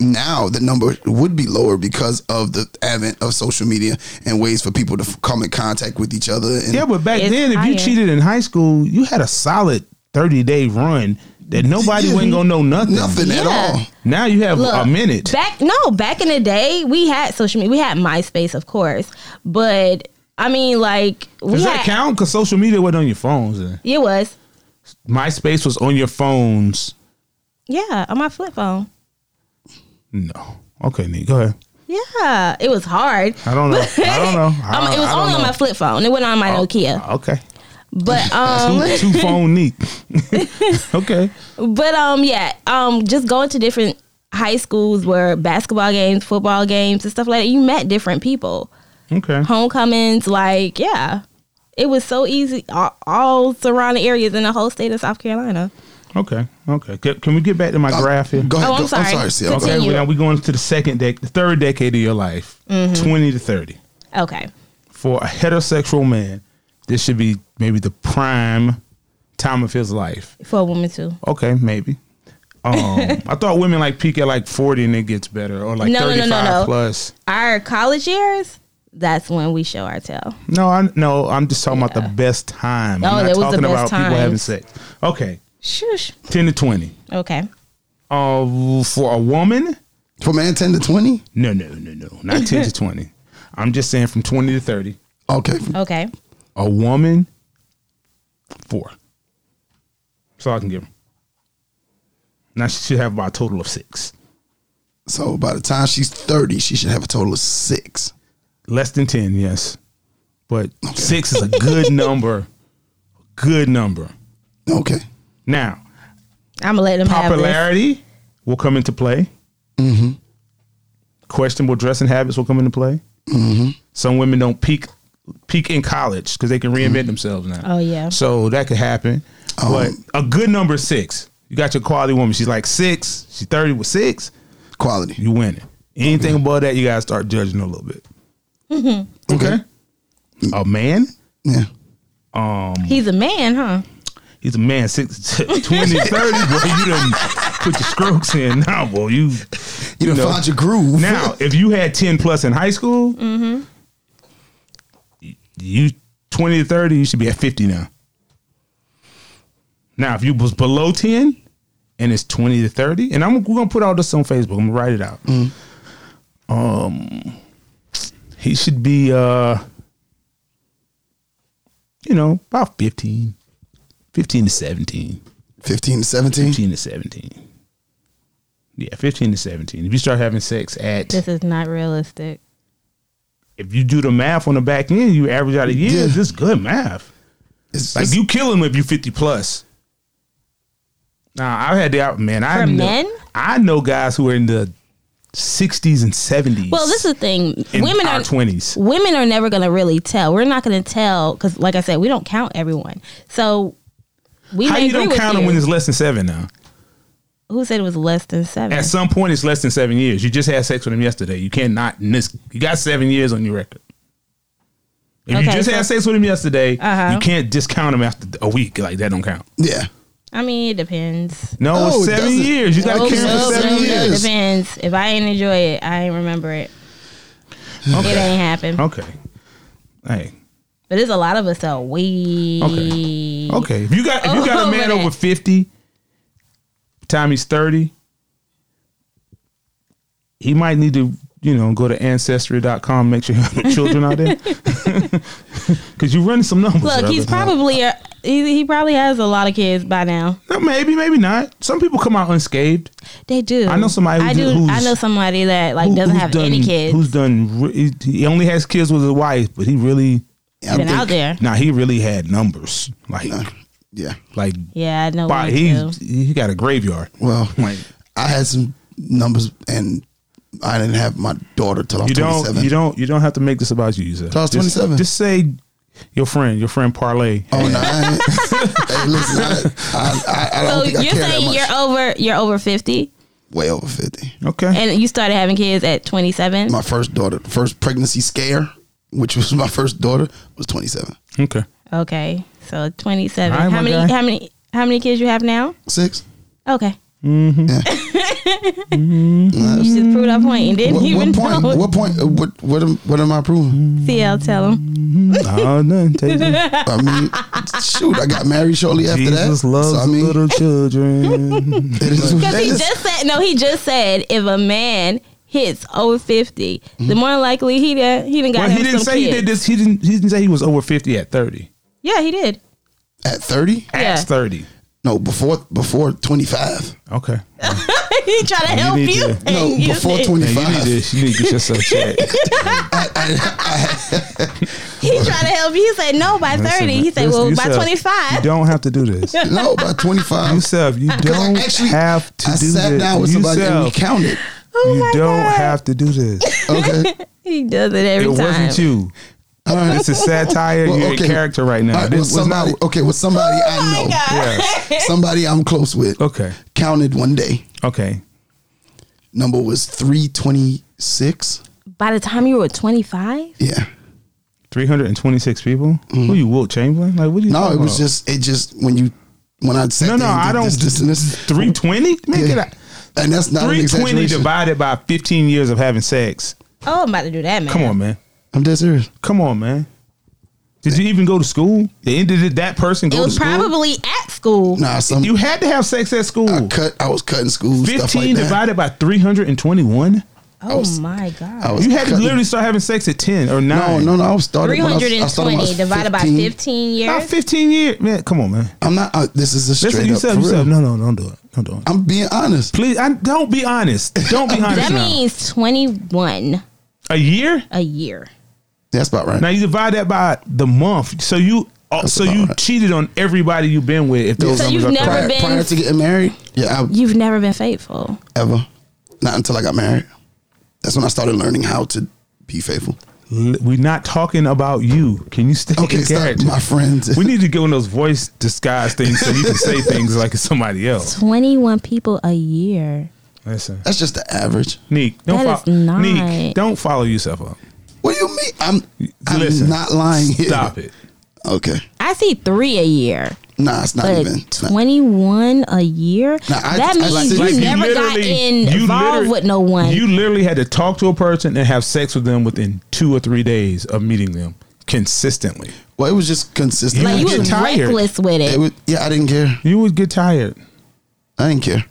[SPEAKER 3] now the number would be lower because of the advent of social media and ways for people to f- come in contact with each other. And
[SPEAKER 2] Yeah, but back
[SPEAKER 1] It's
[SPEAKER 2] then, if you
[SPEAKER 1] higher.
[SPEAKER 2] cheated in high school, you had a solid thirty day run that nobody
[SPEAKER 3] Yeah.
[SPEAKER 2] wasn't gonna know nothing.
[SPEAKER 3] nothing at
[SPEAKER 1] Yeah.
[SPEAKER 3] all.
[SPEAKER 2] Now you have
[SPEAKER 1] Look,
[SPEAKER 2] a minute.
[SPEAKER 1] Back no, back in the day, we had social media. We had MySpace, of course, but I mean, like we
[SPEAKER 2] Does
[SPEAKER 1] had.
[SPEAKER 2] that count? Because social media wasn't on your phones. Then.
[SPEAKER 1] It was
[SPEAKER 2] MySpace was on your phones.
[SPEAKER 1] yeah on my flip phone.
[SPEAKER 2] No. Okay, Nick, go ahead.
[SPEAKER 1] Yeah, it was hard.
[SPEAKER 2] I don't know. I don't know. I
[SPEAKER 1] Um,
[SPEAKER 2] don't-
[SPEAKER 1] it was
[SPEAKER 2] I don't
[SPEAKER 1] only on
[SPEAKER 2] know. Oh.
[SPEAKER 1] my flip phone. It wasn't on my Nokia.
[SPEAKER 2] Okay.
[SPEAKER 1] But um,
[SPEAKER 2] Two, two phone Neek. okay.
[SPEAKER 1] But um, yeah, um, just going to different high schools where basketball games, football games, and stuff like that, you met different people.
[SPEAKER 2] Okay.
[SPEAKER 1] Homecomings, like yeah, it was so easy. All, all surrounding areas in the whole state of South Carolina.
[SPEAKER 2] Okay. Okay. Can, can we get back to my graph here?
[SPEAKER 3] Uh, Go ahead.
[SPEAKER 1] Oh, I'm
[SPEAKER 3] go,
[SPEAKER 1] sorry.
[SPEAKER 3] I'm sorry. Sia.
[SPEAKER 1] Continue.
[SPEAKER 2] Okay. Now we're going to the second dec the third decade of your life,
[SPEAKER 1] Mm-hmm.
[SPEAKER 2] twenty to thirty.
[SPEAKER 1] Okay,
[SPEAKER 2] for a heterosexual man, this should be maybe the prime time of his life.
[SPEAKER 1] for a woman too.
[SPEAKER 2] Okay, maybe. Um, I thought women like peak at like forty and it gets better, or like
[SPEAKER 1] No, no, no, no,
[SPEAKER 2] thirty-five
[SPEAKER 1] no.
[SPEAKER 2] plus.
[SPEAKER 1] Our college years, that's when we show our tail.
[SPEAKER 2] No, I no, I'm just talking about the best time.
[SPEAKER 1] Oh,
[SPEAKER 2] I'm
[SPEAKER 1] that was
[SPEAKER 2] not
[SPEAKER 1] the
[SPEAKER 2] talking
[SPEAKER 1] best
[SPEAKER 2] about
[SPEAKER 1] times.
[SPEAKER 2] people having sex. Okay,
[SPEAKER 1] Shush.
[SPEAKER 2] ten to twenty.
[SPEAKER 1] Okay.
[SPEAKER 2] Uh, for a woman,
[SPEAKER 3] From man ten to twenty.
[SPEAKER 2] no, no, no, no, not ten to twenty. I'm just saying from twenty to thirty.
[SPEAKER 3] Okay.
[SPEAKER 1] Okay.
[SPEAKER 2] A woman, four. That's all I can give her. Now she should have about a total of six.
[SPEAKER 3] So by the time she's thirty, she should have a total of six.
[SPEAKER 2] Less than 10, yes. But six is a good number. Good number.
[SPEAKER 3] Okay.
[SPEAKER 2] Now,
[SPEAKER 1] I'm gonna let them have this.
[SPEAKER 2] popularity will come into play.
[SPEAKER 1] Mm-hmm.
[SPEAKER 2] Questionable dressing habits will come into play.
[SPEAKER 1] Mm-hmm.
[SPEAKER 2] Some women don't peak peak in college because they can reinvent themselves now.
[SPEAKER 1] Oh, yeah. Uh-huh.
[SPEAKER 2] So that could happen. but a good number is six. You got your quality woman. She's like six. She's thirty with six.
[SPEAKER 3] Quality.
[SPEAKER 2] You winning. Anything
[SPEAKER 1] Mm-hmm.
[SPEAKER 2] above that, you gotta start judging a little bit. Okay. A man,
[SPEAKER 3] Yeah.
[SPEAKER 1] He's a man, huh?
[SPEAKER 2] he's a man, six, 20, 30, boy, you done put your strokes in now, boy. You
[SPEAKER 3] You done
[SPEAKER 2] know.
[SPEAKER 3] find your groove.
[SPEAKER 2] Now, if you had 10 plus in high school, y- you 20 to 30, you should be at 50 now. Now, if you was below 10 and it's 20 to 30, and I'm we're going to put all this on Facebook. I'm going to write it out. Um he should be uh you know, about 15. 15 to 17.
[SPEAKER 3] 15 to 17.
[SPEAKER 2] 15 to 17. Yeah, 15 to 17. If you start having sex at
[SPEAKER 1] This is not realistic.
[SPEAKER 2] if you do the math on the back end, you average out a year.
[SPEAKER 3] Yeah.
[SPEAKER 2] This is good math.
[SPEAKER 3] It's
[SPEAKER 2] Like
[SPEAKER 3] just-
[SPEAKER 2] you kill him if you fifty plus. Nah, I've had the out man. I
[SPEAKER 1] For
[SPEAKER 2] know,
[SPEAKER 1] men?
[SPEAKER 2] I know guys who are in the sixties and seventies.
[SPEAKER 1] Well, this is the thing.
[SPEAKER 2] in
[SPEAKER 1] women
[SPEAKER 2] our
[SPEAKER 1] are
[SPEAKER 2] twenties.
[SPEAKER 1] women are never going to really tell. We're not going to tell because, like I said, we don't count everyone. So we
[SPEAKER 2] How
[SPEAKER 1] may
[SPEAKER 2] you
[SPEAKER 1] agree
[SPEAKER 2] don't
[SPEAKER 1] with
[SPEAKER 2] count
[SPEAKER 1] you.
[SPEAKER 2] them when it's less than seven now?
[SPEAKER 1] Who said it was less than seven?
[SPEAKER 2] At some point, it's less than seven years. You just had sex with him yesterday. You cannot miss. You got seven years on your record. If you
[SPEAKER 1] Okay,
[SPEAKER 2] just had
[SPEAKER 1] so-
[SPEAKER 2] sex with him yesterday,
[SPEAKER 1] Uh-huh.
[SPEAKER 2] you can't discount him after a week. Like that don't count.
[SPEAKER 3] yeah.
[SPEAKER 1] I mean, it depends.
[SPEAKER 2] No,
[SPEAKER 3] No,
[SPEAKER 2] it's
[SPEAKER 3] it
[SPEAKER 2] seven
[SPEAKER 3] doesn't.
[SPEAKER 2] years. You got to
[SPEAKER 1] Nope,
[SPEAKER 2] carry him
[SPEAKER 1] nope,
[SPEAKER 2] for seven
[SPEAKER 1] nope,
[SPEAKER 2] years.
[SPEAKER 1] nope.
[SPEAKER 3] years.
[SPEAKER 1] Depends. If I ain't enjoy it, I ain't remember it. It ain't happen.
[SPEAKER 2] Okay. Hey.
[SPEAKER 1] But there's a lot of us that are way.
[SPEAKER 2] Okay. Okay. If you got if you got a
[SPEAKER 1] Over
[SPEAKER 2] man
[SPEAKER 1] that.
[SPEAKER 2] over fifty, time he's thirty, he might need to, you know, go to ancestry.com, make sure you have no children out there. Cause you're running some numbers.
[SPEAKER 1] Look, he's
[SPEAKER 2] brother.
[SPEAKER 1] probably a, he, he probably has a lot of kids by now.
[SPEAKER 2] No, maybe, maybe not. Some people come out unscathed.
[SPEAKER 1] They do.
[SPEAKER 2] I know somebody who
[SPEAKER 1] I
[SPEAKER 2] do-
[SPEAKER 1] do.
[SPEAKER 2] who's-
[SPEAKER 1] I know somebody that like
[SPEAKER 2] Who-
[SPEAKER 1] doesn't
[SPEAKER 2] who's
[SPEAKER 1] have
[SPEAKER 2] done,
[SPEAKER 1] any kids.
[SPEAKER 2] Who's done re- he- he only has kids with his wife, but he really
[SPEAKER 3] yeah I
[SPEAKER 1] been
[SPEAKER 3] think-
[SPEAKER 1] out there.
[SPEAKER 2] now he really had numbers. Like
[SPEAKER 3] Yeah.
[SPEAKER 2] like
[SPEAKER 1] Yeah, I know.
[SPEAKER 2] wow,
[SPEAKER 1] one
[SPEAKER 2] he
[SPEAKER 1] too.
[SPEAKER 2] he got a graveyard.
[SPEAKER 3] Well,
[SPEAKER 2] Like
[SPEAKER 3] I had some numbers and I didn't have my daughter till I was
[SPEAKER 2] You don't.
[SPEAKER 3] 27.
[SPEAKER 2] You don't. You don't have to make this about you. you said.
[SPEAKER 3] I was
[SPEAKER 2] Just-
[SPEAKER 3] 27.
[SPEAKER 2] Just say your friend. Your friend Parlay.
[SPEAKER 3] Oh, no. I ain't- hey, listen, I, I, I, I don't
[SPEAKER 1] So
[SPEAKER 3] think I
[SPEAKER 1] you're
[SPEAKER 3] care that
[SPEAKER 1] saying
[SPEAKER 3] much.
[SPEAKER 1] you're over you're over fifty,
[SPEAKER 3] Way over 50.
[SPEAKER 2] Okay.
[SPEAKER 1] and you started having kids at twenty seven.
[SPEAKER 3] My first daughter, first pregnancy scare, which was my first daughter, was 27.
[SPEAKER 2] okay.
[SPEAKER 1] Okay, so twenty seven.
[SPEAKER 2] All right,
[SPEAKER 1] how
[SPEAKER 2] my
[SPEAKER 1] many?
[SPEAKER 2] guy.
[SPEAKER 1] How many? How many kids you have now?
[SPEAKER 3] Six?
[SPEAKER 1] Okay,
[SPEAKER 2] Mm-hmm.
[SPEAKER 3] Yeah.
[SPEAKER 1] you
[SPEAKER 2] Mm.
[SPEAKER 1] just proved our point and didn't
[SPEAKER 3] What,
[SPEAKER 1] even
[SPEAKER 3] what point?
[SPEAKER 1] know.
[SPEAKER 3] What point? What what am, what am I proving?
[SPEAKER 1] CL, tell him.
[SPEAKER 2] oh, no, take it.
[SPEAKER 3] I mean, shoot, I got married shortly after
[SPEAKER 2] Jesus
[SPEAKER 3] that.
[SPEAKER 2] loves
[SPEAKER 3] so, I mean,
[SPEAKER 2] little children.
[SPEAKER 3] it is what
[SPEAKER 1] Because
[SPEAKER 3] it
[SPEAKER 1] he
[SPEAKER 3] is.
[SPEAKER 1] just said no. He just said if a man hits over 50 the more likely he done he done got
[SPEAKER 2] Mm-hmm. well,
[SPEAKER 1] him
[SPEAKER 2] he didn't
[SPEAKER 1] some
[SPEAKER 2] say he
[SPEAKER 1] kids.
[SPEAKER 2] did this. He didn't. He didn't say he was over fifty at thirty.
[SPEAKER 1] Yeah, he did.
[SPEAKER 3] at 30.
[SPEAKER 2] At
[SPEAKER 1] Yeah.
[SPEAKER 2] thirty.
[SPEAKER 3] No, before before 25.
[SPEAKER 2] Okay. Yeah,
[SPEAKER 1] he tried to help
[SPEAKER 2] need
[SPEAKER 1] you.
[SPEAKER 2] to-
[SPEAKER 1] and
[SPEAKER 3] No,
[SPEAKER 1] you
[SPEAKER 3] before
[SPEAKER 1] didn't.
[SPEAKER 3] 25.
[SPEAKER 2] you need to. You need to get yourself checked.
[SPEAKER 1] He tried to help you. He said no by thirty. He said
[SPEAKER 2] Listen,
[SPEAKER 1] well
[SPEAKER 2] you
[SPEAKER 1] by
[SPEAKER 2] said,
[SPEAKER 1] twenty
[SPEAKER 2] You
[SPEAKER 1] five.
[SPEAKER 2] don't have to do this.
[SPEAKER 3] No, by 25.
[SPEAKER 2] Yourself, you don't
[SPEAKER 3] actually-
[SPEAKER 2] have to
[SPEAKER 3] I
[SPEAKER 2] do
[SPEAKER 3] sat
[SPEAKER 2] this.
[SPEAKER 3] down with somebody and we
[SPEAKER 2] yourself,
[SPEAKER 3] counted.
[SPEAKER 2] you
[SPEAKER 1] Oh my
[SPEAKER 2] don't
[SPEAKER 1] God.
[SPEAKER 2] have to do this.
[SPEAKER 3] Okay.
[SPEAKER 1] He does it every
[SPEAKER 2] it
[SPEAKER 1] time.
[SPEAKER 2] wasn't you.
[SPEAKER 3] All right.
[SPEAKER 2] This is satire.
[SPEAKER 3] Well,
[SPEAKER 2] You're
[SPEAKER 3] okay.
[SPEAKER 2] a character right
[SPEAKER 3] All
[SPEAKER 2] now.
[SPEAKER 3] right,
[SPEAKER 2] this
[SPEAKER 3] well,
[SPEAKER 2] was
[SPEAKER 3] somebody,
[SPEAKER 2] not.
[SPEAKER 3] okay, with somebody
[SPEAKER 1] Oh
[SPEAKER 3] I know,
[SPEAKER 2] Yeah.
[SPEAKER 3] somebody I'm close with,
[SPEAKER 2] Okay.
[SPEAKER 3] counted one day.
[SPEAKER 2] Okay.
[SPEAKER 3] Number was 326.
[SPEAKER 1] By the time you were 25?
[SPEAKER 3] Yeah.
[SPEAKER 2] 326 people? Who you, Wilt Chamberlain? Like, what do you
[SPEAKER 3] Mm-hmm. No,
[SPEAKER 2] talking
[SPEAKER 3] it was
[SPEAKER 2] about?
[SPEAKER 3] just, it just, when you, when I said,
[SPEAKER 2] No, no, I don't.
[SPEAKER 3] This, this, and this.
[SPEAKER 2] 320? Man,
[SPEAKER 3] Yeah.
[SPEAKER 2] get out.
[SPEAKER 3] And that's not an
[SPEAKER 2] 320
[SPEAKER 3] exaggeration.
[SPEAKER 2] divided by 15 years of having sex.
[SPEAKER 1] Oh, I'm about to do that, man.
[SPEAKER 2] Come on, man.
[SPEAKER 3] I'm dead serious.
[SPEAKER 2] Come on, man. Did you even go to school? They ended it, that person
[SPEAKER 1] It
[SPEAKER 2] go to
[SPEAKER 1] was
[SPEAKER 2] school?
[SPEAKER 1] probably at school.
[SPEAKER 3] Nah, some,
[SPEAKER 2] you had to have sex at school.
[SPEAKER 3] I cut, I was cutting school, stuff
[SPEAKER 2] 15
[SPEAKER 3] like that.
[SPEAKER 2] divided by 321?
[SPEAKER 1] oh
[SPEAKER 3] was-
[SPEAKER 1] my god.
[SPEAKER 3] I was
[SPEAKER 2] You had to
[SPEAKER 3] cutting-
[SPEAKER 2] literally start having sex at 10 or 9.
[SPEAKER 3] No, no, no. I was started. when I was- I
[SPEAKER 1] 320
[SPEAKER 3] started when I was
[SPEAKER 1] divided by
[SPEAKER 3] 15.
[SPEAKER 1] 15 years.
[SPEAKER 2] Not 15 years. Man, come on, man.
[SPEAKER 3] I'm not. Uh, this is a straight
[SPEAKER 2] Listen to
[SPEAKER 3] up.
[SPEAKER 2] yourself.
[SPEAKER 3] for real.
[SPEAKER 2] yourself. No, no, don't do it. Don't do it.
[SPEAKER 3] I'm being honest.
[SPEAKER 2] Please, I, don't be honest. Don't be honest
[SPEAKER 1] that
[SPEAKER 2] now.
[SPEAKER 1] means 21
[SPEAKER 2] a year?
[SPEAKER 1] a year.
[SPEAKER 3] That's about right.
[SPEAKER 2] Now you divide that by the month. So you Oh,
[SPEAKER 3] That's
[SPEAKER 2] so
[SPEAKER 3] about
[SPEAKER 2] you
[SPEAKER 3] right.
[SPEAKER 2] cheated on everybody you've been with. If those
[SPEAKER 1] So
[SPEAKER 2] numbers
[SPEAKER 1] you've
[SPEAKER 2] are
[SPEAKER 1] never
[SPEAKER 2] correct.
[SPEAKER 3] prior,
[SPEAKER 1] been-
[SPEAKER 3] prior to getting married? Yeah, I,
[SPEAKER 1] You've never been faithful.
[SPEAKER 3] ever. Not until I got married. That's when I started learning how to be faithful.
[SPEAKER 2] L- We're not talking about you. Can you stay
[SPEAKER 3] Okay,
[SPEAKER 2] in
[SPEAKER 3] stop,
[SPEAKER 2] character?
[SPEAKER 3] my friends.
[SPEAKER 2] we need to get one of those voice disguise things so you can say things like it's somebody else.
[SPEAKER 1] 21 people a year.
[SPEAKER 2] Listen,
[SPEAKER 3] That's just the average.
[SPEAKER 2] Neek, don't
[SPEAKER 1] That is
[SPEAKER 2] follow.
[SPEAKER 1] not-
[SPEAKER 2] Neek, don't follow yourself up.
[SPEAKER 3] What do you mean? I'm, I'm
[SPEAKER 2] Listen,
[SPEAKER 3] not lying here.
[SPEAKER 2] Stop it.
[SPEAKER 3] Okay.
[SPEAKER 1] I see three a year,
[SPEAKER 3] Nah, it's not
[SPEAKER 1] but
[SPEAKER 3] even. it's not-
[SPEAKER 1] 21 a year?
[SPEAKER 3] Nah, I-
[SPEAKER 1] that
[SPEAKER 3] I
[SPEAKER 1] means
[SPEAKER 3] like-
[SPEAKER 1] you
[SPEAKER 3] like, you
[SPEAKER 1] never got
[SPEAKER 2] literally- you
[SPEAKER 1] involved
[SPEAKER 2] literally-
[SPEAKER 1] with no one.
[SPEAKER 2] You literally had to talk to a person and have sex with them within two or three days of meeting them consistently.
[SPEAKER 3] Well, it was just consistent.
[SPEAKER 1] like, you
[SPEAKER 2] get
[SPEAKER 1] was
[SPEAKER 2] tired.
[SPEAKER 1] reckless with
[SPEAKER 3] It
[SPEAKER 1] it.
[SPEAKER 3] was- yeah, I didn't care.
[SPEAKER 2] You would get tired.
[SPEAKER 3] I didn't care.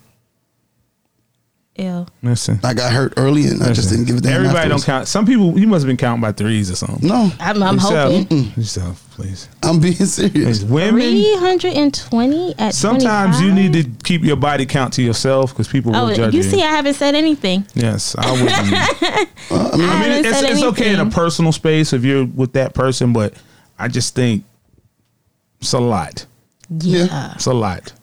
[SPEAKER 1] Ew.
[SPEAKER 2] Listen,
[SPEAKER 3] I got hurt early and I just didn't give a damn.
[SPEAKER 2] Everybody don't
[SPEAKER 3] afterwards.
[SPEAKER 2] count. Some people, you must have been counting by threes or something.
[SPEAKER 3] No,
[SPEAKER 1] I'm, I'm
[SPEAKER 2] Yourself.
[SPEAKER 1] hoping.
[SPEAKER 2] Yourself, please.
[SPEAKER 3] I'm being serious.
[SPEAKER 2] Please, Women.
[SPEAKER 1] 320 at
[SPEAKER 2] Sometimes you
[SPEAKER 1] 25?
[SPEAKER 2] need to keep your body count to yourself because people will
[SPEAKER 1] Oh,
[SPEAKER 2] judge
[SPEAKER 1] you
[SPEAKER 2] you.
[SPEAKER 1] see, I haven't said anything.
[SPEAKER 2] yes, I would. be-
[SPEAKER 1] I,
[SPEAKER 2] I mean,
[SPEAKER 1] haven't
[SPEAKER 2] it's,
[SPEAKER 1] said
[SPEAKER 2] it's okay in a
[SPEAKER 1] anything.
[SPEAKER 2] personal space if you're with that person, but I just think it's a lot.
[SPEAKER 1] yeah.
[SPEAKER 3] Yeah.
[SPEAKER 2] It's a lot,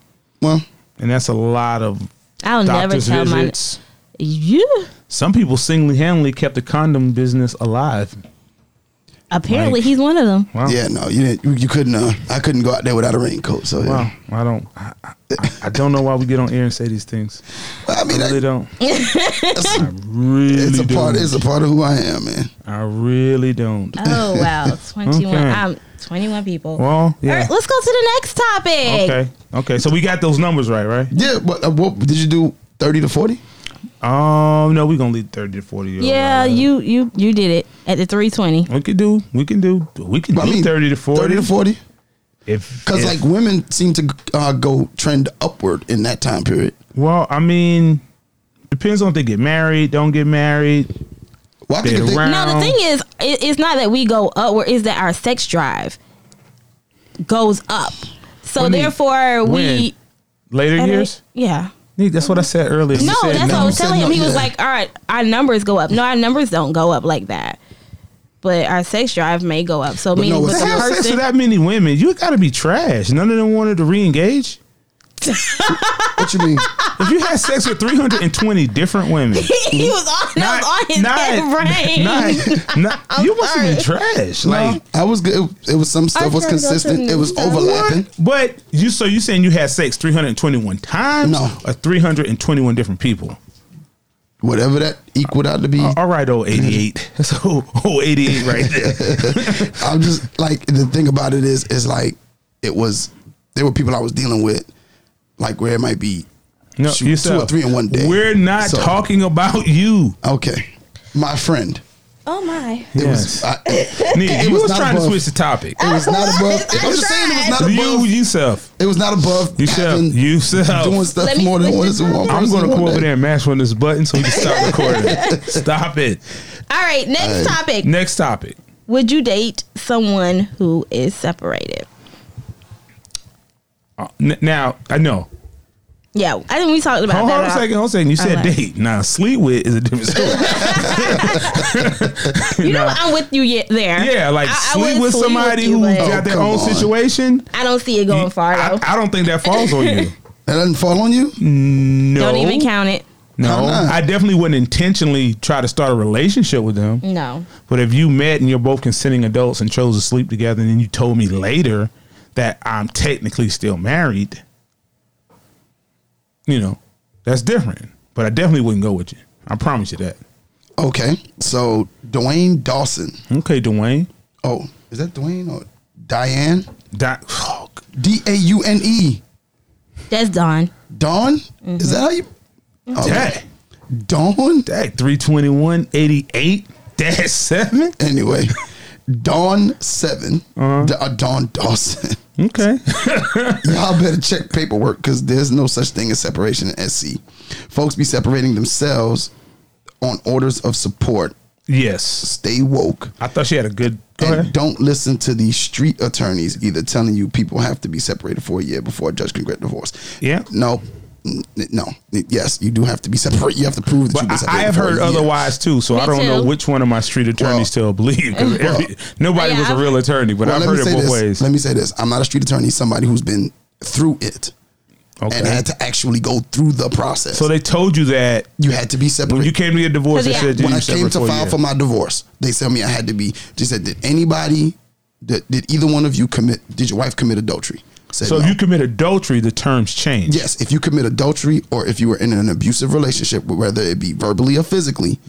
[SPEAKER 3] Well,
[SPEAKER 2] and that's a lot of
[SPEAKER 1] I'll never
[SPEAKER 2] doctors
[SPEAKER 1] tell my.
[SPEAKER 2] visits.
[SPEAKER 1] You.
[SPEAKER 2] Some people single-handedly kept the condom business alive.
[SPEAKER 1] Apparently,
[SPEAKER 2] Like-
[SPEAKER 1] he's one of them.
[SPEAKER 2] Wow.
[SPEAKER 3] yeah, no, you didn't. You, you couldn't. Uh, I couldn't go out there without a raincoat. So yeah.
[SPEAKER 2] Wow, I don't, I, I, I don't know why we get on air and say these things.
[SPEAKER 3] Well, I
[SPEAKER 2] I
[SPEAKER 3] mean,
[SPEAKER 2] really
[SPEAKER 3] that,
[SPEAKER 2] don't.
[SPEAKER 3] that's a,
[SPEAKER 2] Really
[SPEAKER 3] it's a
[SPEAKER 2] don't.
[SPEAKER 3] part. It's a part of who I am, man.
[SPEAKER 2] I really don't.
[SPEAKER 1] Oh wow, twenty one.
[SPEAKER 2] Okay.
[SPEAKER 1] Um, twenty one people.
[SPEAKER 2] Well,
[SPEAKER 1] All
[SPEAKER 2] yeah.
[SPEAKER 1] right, let's go to the next topic.
[SPEAKER 2] Okay. Okay. So we got those numbers right, right?
[SPEAKER 3] Yeah, but uh, what did you do? Thirty to forty?
[SPEAKER 2] Um, no, we're gonna leave thirty to forty. year old
[SPEAKER 1] Yeah,
[SPEAKER 2] right now.
[SPEAKER 1] you you you did it at the three twenty.
[SPEAKER 2] We can do. We can do. We can do
[SPEAKER 3] I mean,
[SPEAKER 2] thirty to forty.
[SPEAKER 3] Thirty to forty.
[SPEAKER 2] If
[SPEAKER 3] Because
[SPEAKER 2] if-
[SPEAKER 3] like women seem to uh, go trend upward in that time period.
[SPEAKER 2] well, I mean, depends on if they get married, don't get married.
[SPEAKER 3] Well, I think
[SPEAKER 2] They're
[SPEAKER 3] if they,
[SPEAKER 2] around.
[SPEAKER 1] Now the
[SPEAKER 2] Um,
[SPEAKER 1] thing is, it, it's not that we go upward; it's that our sex drive goes up. So
[SPEAKER 2] What do you mean?
[SPEAKER 1] therefore,
[SPEAKER 2] When?
[SPEAKER 1] we
[SPEAKER 2] Later
[SPEAKER 1] at a-
[SPEAKER 2] years.
[SPEAKER 1] yeah.
[SPEAKER 2] Nick, that's what I said earlier. You
[SPEAKER 1] No,
[SPEAKER 2] said
[SPEAKER 1] that's what I was
[SPEAKER 3] You said
[SPEAKER 1] telling him.
[SPEAKER 3] no,
[SPEAKER 1] He was
[SPEAKER 3] yeah.
[SPEAKER 1] like, "All right, our numbers go up. No, our numbers don't go up like that, but our sex drive may go up. So, meaning
[SPEAKER 3] no,
[SPEAKER 1] with
[SPEAKER 3] what
[SPEAKER 1] the
[SPEAKER 2] To have sex with
[SPEAKER 1] person,
[SPEAKER 2] that many women, you gotta be trash. None of them wanted to re-engage.
[SPEAKER 3] what you mean?
[SPEAKER 2] If you had sex with 320 different women,
[SPEAKER 1] he was on, that was on his head brain.
[SPEAKER 2] not, not, you must have been trash. Like,
[SPEAKER 3] I was good. It, was some stuff was
[SPEAKER 1] tried to go to
[SPEAKER 3] consistent. It was
[SPEAKER 1] Newtown.
[SPEAKER 3] overlapping.
[SPEAKER 2] but you so you saying you had sex 321 times
[SPEAKER 3] No.
[SPEAKER 2] or 321 different people?
[SPEAKER 3] Whatever that equaled out to be.
[SPEAKER 2] All right, old 88.
[SPEAKER 3] Mm-hmm.
[SPEAKER 2] That's old, old 88 right there.
[SPEAKER 3] I'm just like the thing about it is is like it was there were people I was dealing with like where it might be
[SPEAKER 2] No,
[SPEAKER 3] shoot, two
[SPEAKER 2] yourself.
[SPEAKER 3] or three in one day.
[SPEAKER 2] We're not
[SPEAKER 3] So-
[SPEAKER 2] talking about you.
[SPEAKER 3] okay my friend
[SPEAKER 1] Oh my!
[SPEAKER 3] it
[SPEAKER 2] Yes.
[SPEAKER 3] was I, it
[SPEAKER 2] Nick, you
[SPEAKER 3] was
[SPEAKER 2] was,
[SPEAKER 3] not
[SPEAKER 2] trying
[SPEAKER 3] above-
[SPEAKER 2] to switch the topic.
[SPEAKER 3] was not above I'm just saying it was not
[SPEAKER 2] You
[SPEAKER 3] above
[SPEAKER 2] yourself.
[SPEAKER 3] it was not above
[SPEAKER 2] Yourself.
[SPEAKER 3] having-
[SPEAKER 2] Yourself.
[SPEAKER 3] doing stuff
[SPEAKER 1] Let me
[SPEAKER 3] more than
[SPEAKER 1] switch
[SPEAKER 3] one,
[SPEAKER 1] it
[SPEAKER 3] one
[SPEAKER 1] up.
[SPEAKER 3] person
[SPEAKER 2] I'm gonna
[SPEAKER 3] in one
[SPEAKER 2] go over
[SPEAKER 3] day.
[SPEAKER 2] there and mash on this button so we can stop recording. stop it.
[SPEAKER 1] All right, next topic.
[SPEAKER 2] Next topic.
[SPEAKER 1] Would you date someone who is separated?
[SPEAKER 2] Uh, n- now I know.
[SPEAKER 1] Yeah, I think we talked about
[SPEAKER 2] Hold,
[SPEAKER 1] that.
[SPEAKER 2] hold on a
[SPEAKER 1] out-
[SPEAKER 2] second. Hold on a second. You said
[SPEAKER 1] Alright.
[SPEAKER 2] date. Now sleep with is a different story.
[SPEAKER 1] You know,
[SPEAKER 2] Nah.
[SPEAKER 1] what? I'm with you yet there.
[SPEAKER 2] yeah, like
[SPEAKER 1] I- I
[SPEAKER 2] sleep
[SPEAKER 1] wouldn't
[SPEAKER 2] with
[SPEAKER 1] sleep
[SPEAKER 2] somebody
[SPEAKER 1] you,
[SPEAKER 2] who
[SPEAKER 1] but
[SPEAKER 2] got their
[SPEAKER 3] Oh,
[SPEAKER 2] own
[SPEAKER 3] come on.
[SPEAKER 2] situation.
[SPEAKER 1] I don't see it going far
[SPEAKER 2] I,
[SPEAKER 1] though.
[SPEAKER 2] I don't think that falls on you.
[SPEAKER 3] that doesn't fall on you
[SPEAKER 2] No,
[SPEAKER 1] don't even count it.
[SPEAKER 2] No,
[SPEAKER 3] How not?
[SPEAKER 2] I definitely wouldn't intentionally try to start a relationship with them.
[SPEAKER 1] No.
[SPEAKER 2] But if you met and you're both consenting adults and chose to sleep together, and then you told me later that I'm technically still married, you know, that's different. But I definitely wouldn't go with you. I promise you that.
[SPEAKER 3] okay so Dwayne Dawson
[SPEAKER 2] Okay, Dwayne.
[SPEAKER 3] oh is that Dwayne or Diane
[SPEAKER 2] Di- oh,
[SPEAKER 3] D A U N E
[SPEAKER 1] That's Dawn.
[SPEAKER 3] Dawn is that how you
[SPEAKER 2] dang,
[SPEAKER 3] Dawn
[SPEAKER 2] dang, 321, 88, dash 7.
[SPEAKER 3] Anyway, Dawn 7 D- uh, Dawn Dawson.
[SPEAKER 2] Okay.
[SPEAKER 3] Y'all better check paperwork because there's no such thing as separation in SC. Folks be separating themselves on orders of support.
[SPEAKER 2] yes.
[SPEAKER 3] Stay woke
[SPEAKER 2] I thought she had a good. Go
[SPEAKER 3] and
[SPEAKER 2] ahead.
[SPEAKER 3] don't listen to these street attorneys either telling you people have to be separated for a year before a judge can grant divorce.
[SPEAKER 2] Yeah.
[SPEAKER 3] No, n- no. Yes, you do have to be separate. You have to prove that
[SPEAKER 2] But
[SPEAKER 3] you've been
[SPEAKER 2] I,
[SPEAKER 3] separate.
[SPEAKER 2] I have
[SPEAKER 3] for a
[SPEAKER 2] heard
[SPEAKER 3] year.
[SPEAKER 2] otherwise too, so I
[SPEAKER 1] Me
[SPEAKER 2] don't know
[SPEAKER 1] too.
[SPEAKER 2] which one of my street attorneys to believe. 'cause every- nobody
[SPEAKER 1] Yeah,
[SPEAKER 2] was a
[SPEAKER 1] I've-
[SPEAKER 2] real attorney, but
[SPEAKER 3] Well,
[SPEAKER 2] I've
[SPEAKER 3] let me
[SPEAKER 2] heard it
[SPEAKER 3] say
[SPEAKER 2] both
[SPEAKER 3] this.
[SPEAKER 2] ways.
[SPEAKER 3] Let me say this: I'm not a street attorney. Somebody who's been through it and
[SPEAKER 2] Okay.
[SPEAKER 3] had to actually go through the process.
[SPEAKER 2] So they told you that
[SPEAKER 3] you had to be separate.
[SPEAKER 2] when you came to get divorced, they
[SPEAKER 1] Yeah.
[SPEAKER 2] said you
[SPEAKER 3] when I came
[SPEAKER 2] separate
[SPEAKER 3] to
[SPEAKER 2] for a
[SPEAKER 3] file
[SPEAKER 2] year.
[SPEAKER 3] for my divorce, they told me I had to be. They said, "Did anybody? Did, did either one of you commit? Did your wife commit adultery?" I Said,
[SPEAKER 2] So
[SPEAKER 3] no.
[SPEAKER 2] if you commit adultery, the terms change.
[SPEAKER 3] Yes, if you commit adultery or if you were in an abusive relationship, whether it be verbally or physically,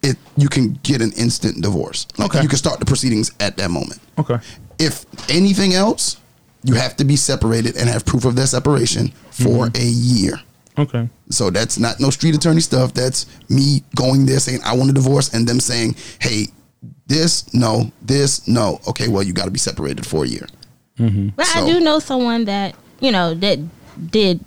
[SPEAKER 3] it you can get an instant divorce. Like,
[SPEAKER 2] Mm-hmm. Okay.
[SPEAKER 3] you can start the proceedings at that moment.
[SPEAKER 2] Okay.
[SPEAKER 3] If anything else, you have to be separated and have proof of their separation for
[SPEAKER 2] Mm-hmm.
[SPEAKER 3] a year.
[SPEAKER 2] Okay.
[SPEAKER 3] So that's not no street attorney stuff. That's me going there saying I want a divorce and them saying, "Hey, this no, this no." Okay, well you got to be separated for a year.
[SPEAKER 1] But
[SPEAKER 3] So-
[SPEAKER 1] I do know someone that you know that did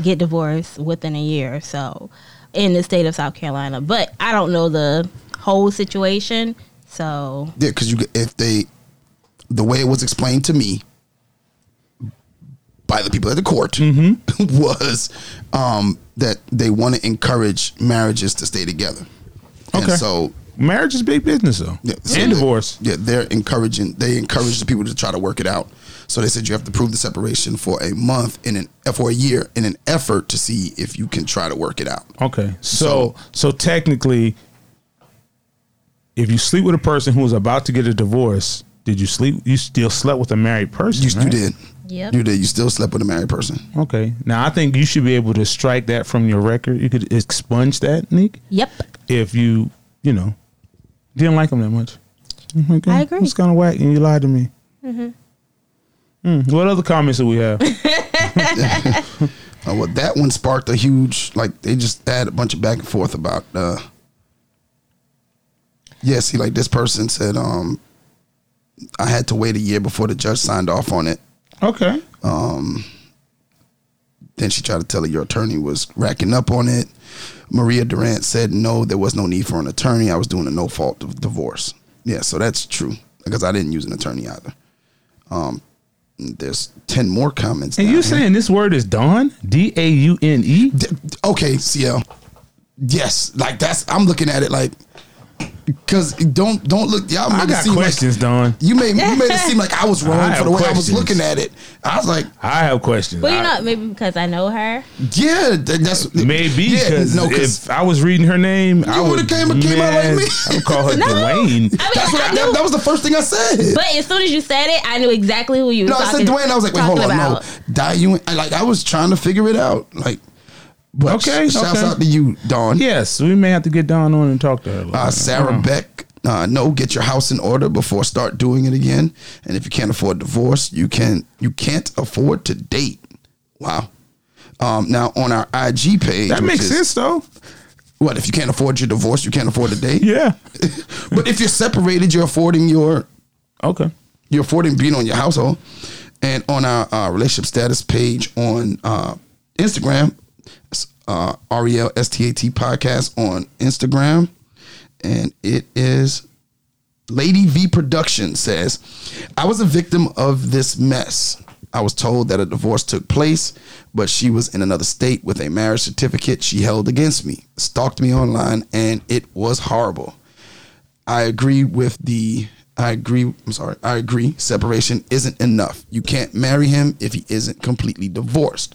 [SPEAKER 1] get divorced within a year or so in the state of South Carolina. But I don't know the whole situation. So
[SPEAKER 3] Yeah, because you if they, the way it was explained to me by the people at the court
[SPEAKER 2] Mm-hmm.
[SPEAKER 3] was um, that they want to encourage marriages to stay together. And
[SPEAKER 2] Okay.
[SPEAKER 3] so
[SPEAKER 2] Marriage is big business though,
[SPEAKER 3] yeah, so
[SPEAKER 2] and
[SPEAKER 3] they-
[SPEAKER 2] divorce.
[SPEAKER 3] Yeah, they're encouraging. They encourage the people to try to work it out. So they said you have to prove the separation for a month in an for a year in an effort to see if you can try to work it out.
[SPEAKER 2] Okay. So so technically, if you sleep with a person who is about to get a divorce, did you sleep? You still slept with a married person?
[SPEAKER 3] You, you
[SPEAKER 2] right?
[SPEAKER 3] did.
[SPEAKER 1] Yep.
[SPEAKER 3] You did. You still slept with a married person.
[SPEAKER 2] Okay. Now I think you should be able to strike that from your record. You could expunge that, Nick,
[SPEAKER 1] yep,
[SPEAKER 2] if you you know didn't like him that much. Oh my God,
[SPEAKER 1] I agree.
[SPEAKER 2] It's kind of whack, and you lied to me.
[SPEAKER 1] Mm-hmm.
[SPEAKER 2] Mm, what other comments do we have?
[SPEAKER 3] Uh, well, that one sparked a huge like they just had a bunch of back and forth about. uh Yeah, see, like this person said, um I had to wait a year before the judge signed off on it.
[SPEAKER 2] okay.
[SPEAKER 3] Then she tried to tell her your attorney was racking up on it. Maria Durant said, "No, there was no need for an attorney. I was doing a no fault div- divorce." Yeah, so that's true because I didn't use an attorney either. Um, there's ten more comments.
[SPEAKER 2] And
[SPEAKER 3] down
[SPEAKER 2] you
[SPEAKER 3] here.
[SPEAKER 2] saying this word is Dawn? D A U N E?
[SPEAKER 3] D- okay, CL. Yes, like that's I'm looking at it like because don't don't look. Y'all made
[SPEAKER 2] I
[SPEAKER 3] it
[SPEAKER 2] got
[SPEAKER 3] seem like-
[SPEAKER 2] questions, Dawn.
[SPEAKER 3] you made you made it seem like I was wrong
[SPEAKER 2] I
[SPEAKER 3] for the
[SPEAKER 2] have
[SPEAKER 3] way I was
[SPEAKER 2] questions.
[SPEAKER 3] looking at it. I was like,
[SPEAKER 2] I have questions.
[SPEAKER 1] but you
[SPEAKER 2] I-
[SPEAKER 1] know maybe because I know her.
[SPEAKER 3] yeah, th- that's
[SPEAKER 2] Maybe
[SPEAKER 3] yeah,
[SPEAKER 2] because
[SPEAKER 3] no, 'cause
[SPEAKER 2] if I was reading her name, I
[SPEAKER 3] would've
[SPEAKER 2] would
[SPEAKER 3] came- came out like
[SPEAKER 2] Man,
[SPEAKER 3] me.
[SPEAKER 2] I would call her
[SPEAKER 1] No.
[SPEAKER 2] Dwayne.
[SPEAKER 1] I mean,
[SPEAKER 3] that's what
[SPEAKER 1] I
[SPEAKER 3] I,
[SPEAKER 1] knew,
[SPEAKER 3] that, that was the first thing I said.
[SPEAKER 1] but as soon as you said it, I knew exactly who you.
[SPEAKER 3] no,
[SPEAKER 1] were
[SPEAKER 3] I
[SPEAKER 1] talking,
[SPEAKER 3] said Dwayne. I was like, wait, hold
[SPEAKER 1] talking
[SPEAKER 3] on,
[SPEAKER 1] about.
[SPEAKER 3] no, die you. I, like I was trying to figure it out. Like, but
[SPEAKER 2] Okay,
[SPEAKER 3] okay, shouts
[SPEAKER 2] okay.
[SPEAKER 3] out to you, Dawn.
[SPEAKER 2] Yes, we may have to get Dawn on and talk to her. a little
[SPEAKER 3] Uh,
[SPEAKER 2] bit.
[SPEAKER 3] Sarah Beck, uh, no, get your house in order before start doing it again. And if you can't afford divorce, you can you can't afford to date. Wow. Um, now on our IG page,
[SPEAKER 2] that
[SPEAKER 3] which
[SPEAKER 2] makes
[SPEAKER 3] is-
[SPEAKER 2] sense though.
[SPEAKER 3] What if you can't afford your divorce, you can't afford to date?
[SPEAKER 2] Yeah.
[SPEAKER 3] But if you're separated, you're affording your
[SPEAKER 2] Okay.
[SPEAKER 3] you're affording being on your household. And on our uh, relationship status page on uh, Instagram, it's, uh, R E L S T A T podcast on Instagram. And it is Lady V Production says, I was a victim of this mess. I was told that a divorce took place, but she was in another state with a marriage certificate she held against me, stalked me online, and it was horrible. I agree with the I agree I'm sorry, I agree separation isn't enough. You can't marry him if he isn't completely divorced.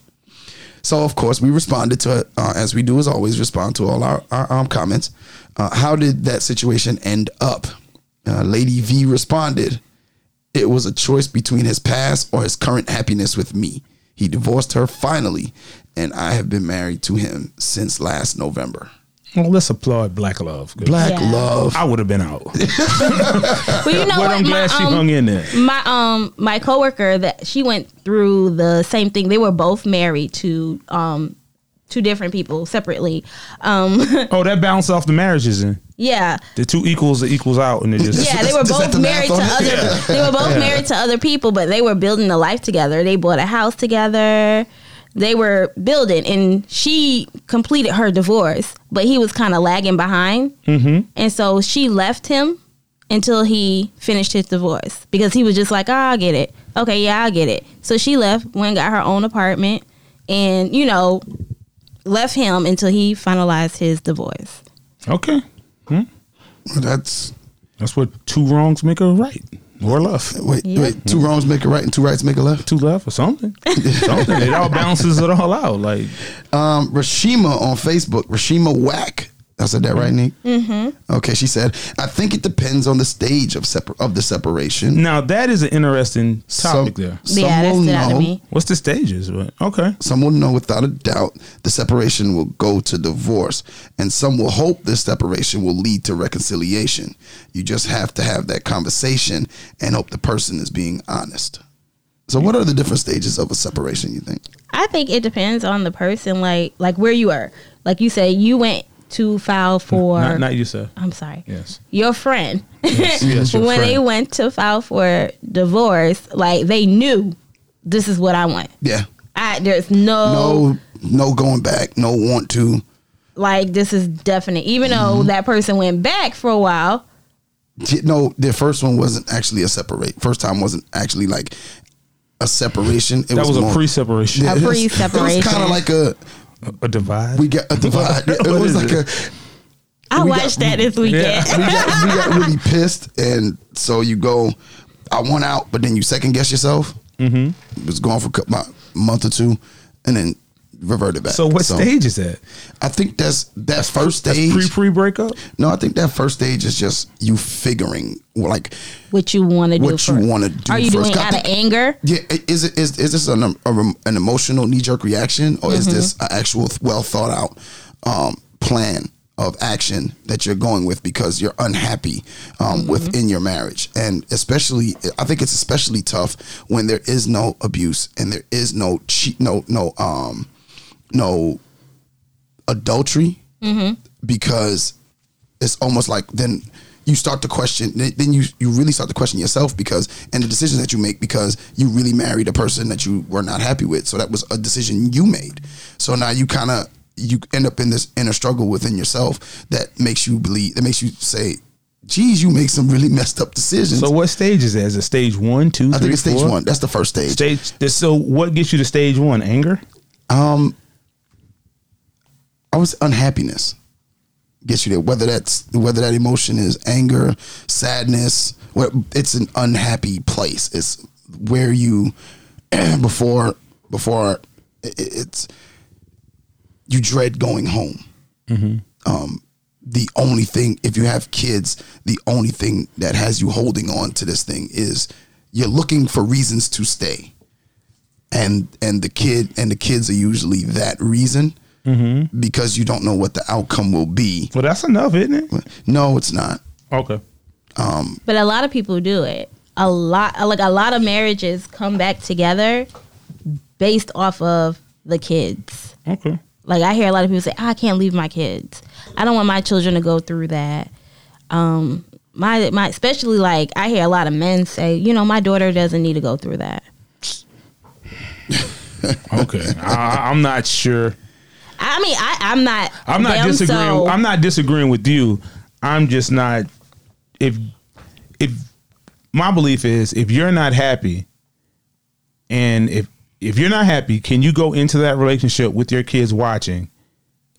[SPEAKER 3] So of course we responded to it uh, as we do as always respond to all our, our um, comments. Uh, how did that situation end up? Uh, Lady V responded, it was a choice between his past or his current happiness with me. He divorced her finally, and I have been married to him since last November.
[SPEAKER 2] Well, let's applaud Black Love. 'cause
[SPEAKER 3] Black
[SPEAKER 1] Yeah.
[SPEAKER 3] love.
[SPEAKER 2] I would have been out, but
[SPEAKER 1] But you know what?
[SPEAKER 2] I'm glad
[SPEAKER 1] my,
[SPEAKER 2] she
[SPEAKER 1] um,
[SPEAKER 2] hung in there.
[SPEAKER 1] my um my coworker that she went through the same thing. They were both married to um two different people separately. Um
[SPEAKER 2] Oh, that bounced off the marriages and
[SPEAKER 1] yeah.
[SPEAKER 2] the two equals the equals out, and it just
[SPEAKER 1] Yeah, they were
[SPEAKER 3] Is that
[SPEAKER 1] both
[SPEAKER 3] the math
[SPEAKER 1] married to
[SPEAKER 3] on it?
[SPEAKER 1] other they were both married to other people, but they were building a life together. They bought a house together. They were building and she completed her divorce, but he was kind of lagging behind. Mm-hmm. And so she left him until he finished his divorce because he was just like, oh, I'll get it. Okay, yeah, I'll get it. So she left, went and got her own apartment and, you know, left him until he finalized his divorce.
[SPEAKER 2] Okay.
[SPEAKER 3] Well, That's
[SPEAKER 2] That's what two wrongs make a right or left.
[SPEAKER 3] wait,
[SPEAKER 1] Yeah.
[SPEAKER 3] wait. Two wrongs make a right, and two rights make a left.
[SPEAKER 2] Two left or something. something. It all balances it all out. Like
[SPEAKER 3] Um, Rashima on Facebook, Rashima Whack. I said that right, Nick. Mm-hmm. Okay, she said, "I think it depends on the stage of separ- of the separation."
[SPEAKER 2] now that is an interesting
[SPEAKER 3] Some-
[SPEAKER 2] topic there.
[SPEAKER 3] some
[SPEAKER 1] yeah, that
[SPEAKER 3] will
[SPEAKER 1] stood out to
[SPEAKER 3] know-
[SPEAKER 1] me.
[SPEAKER 2] What's the stages? But okay.
[SPEAKER 3] Some will know without a doubt the separation will go to divorce, and some will hope this separation will lead to reconciliation. You just have to have that conversation and hope the person is being honest. So, what are the different stages of a separation? You think?
[SPEAKER 1] I think it depends on the person, like like where you are. Like you said, you went to file for.
[SPEAKER 2] Not, not you, sir.
[SPEAKER 1] I'm sorry.
[SPEAKER 2] Yes.
[SPEAKER 1] Your friend.
[SPEAKER 2] Yes, yes, your
[SPEAKER 1] when they
[SPEAKER 2] friend.
[SPEAKER 1] went to file for divorce, like they knew this is what I want.
[SPEAKER 3] Yeah.
[SPEAKER 1] I, there's no,
[SPEAKER 3] No, no going back. No want to.
[SPEAKER 1] like this is definite. Even though
[SPEAKER 3] Mm-hmm.
[SPEAKER 1] that person went back for a while,
[SPEAKER 3] No, the first one wasn't actually a separate. First time wasn't actually like a separation. It
[SPEAKER 2] That was,
[SPEAKER 3] more-
[SPEAKER 2] a pre-separation,
[SPEAKER 1] A
[SPEAKER 3] It was- It was
[SPEAKER 1] pre-separation.
[SPEAKER 3] kind of like a
[SPEAKER 2] a divide.
[SPEAKER 3] we got a divide. It
[SPEAKER 2] What
[SPEAKER 3] was
[SPEAKER 2] is
[SPEAKER 3] like
[SPEAKER 2] it?
[SPEAKER 3] a
[SPEAKER 1] I
[SPEAKER 3] We got-
[SPEAKER 1] watched that this weekend.
[SPEAKER 2] Yeah.
[SPEAKER 3] we got, we got really pissed, and so you go, I want out, but then you second guess yourself. Mm-hmm. It was gone for a cou- about a month or two, and then reverted back.
[SPEAKER 2] so what stage is that?
[SPEAKER 3] I think that's that first stage.
[SPEAKER 2] Pre pre breakup.
[SPEAKER 3] no, I think that first stage is just you figuring like,
[SPEAKER 1] What you want to do?
[SPEAKER 3] What you
[SPEAKER 1] first.
[SPEAKER 3] wanna do
[SPEAKER 1] Are you
[SPEAKER 3] first.
[SPEAKER 1] doing it
[SPEAKER 3] I
[SPEAKER 1] out of
[SPEAKER 3] think-
[SPEAKER 1] anger?
[SPEAKER 3] yeah, i- is it is is this an um, a rem- an emotional knee jerk reaction, or is this an actual well thought out um, plan of action that you're going with because you're unhappy um, within your marriage? And especially, I think it's especially tough when there is no abuse and there is no cheat, no no um no adultery because it's almost like then you start to question then then you you really start to question yourself because and the decisions that you make because you really married a person that you were not happy with so that was a decision you made so now you kind of you end up in this inner struggle within yourself that makes you believe that makes you say geez you make some really messed up decisions
[SPEAKER 2] So what stage is that? Is it stage one, two,
[SPEAKER 3] i
[SPEAKER 2] three,
[SPEAKER 3] think it's stage
[SPEAKER 2] four?
[SPEAKER 3] one that's the first stage
[SPEAKER 2] Stage. So what gets you to stage one? Anger.
[SPEAKER 3] I was unhappiness gets you there. Whether that's whether that emotion is anger, sadness, what it's an unhappy place. It's where you before before i- i- it's you dread going home. Um, the only thing if you have kids, the only thing that has you holding on to this thing is you're looking for reasons to stay and and the kid and the kids are usually that reason
[SPEAKER 2] Mm-hmm.
[SPEAKER 3] because you don't know what the outcome will be.
[SPEAKER 2] Well, that's enough, isn't it?
[SPEAKER 3] No, it's not.
[SPEAKER 2] Okay.
[SPEAKER 1] But a lot of people do it. A lot, like a lot of marriages come back together based off of the kids.
[SPEAKER 2] Okay.
[SPEAKER 1] Like I hear a lot of people say, "Ah, "I can't leave my kids. I don't want my children to go through that." Um, my my especially like I hear a lot of men say, "You know, my daughter doesn't need to go through that."
[SPEAKER 2] Okay. I, I'm not sure.
[SPEAKER 1] I mean, I I'm not.
[SPEAKER 2] I'm not
[SPEAKER 1] them,
[SPEAKER 2] disagreeing.
[SPEAKER 1] so-
[SPEAKER 2] I'm not disagreeing with you. I'm just not. If if my belief is, if you're not happy, and if if you're not happy, can you go into that relationship with your kids watching,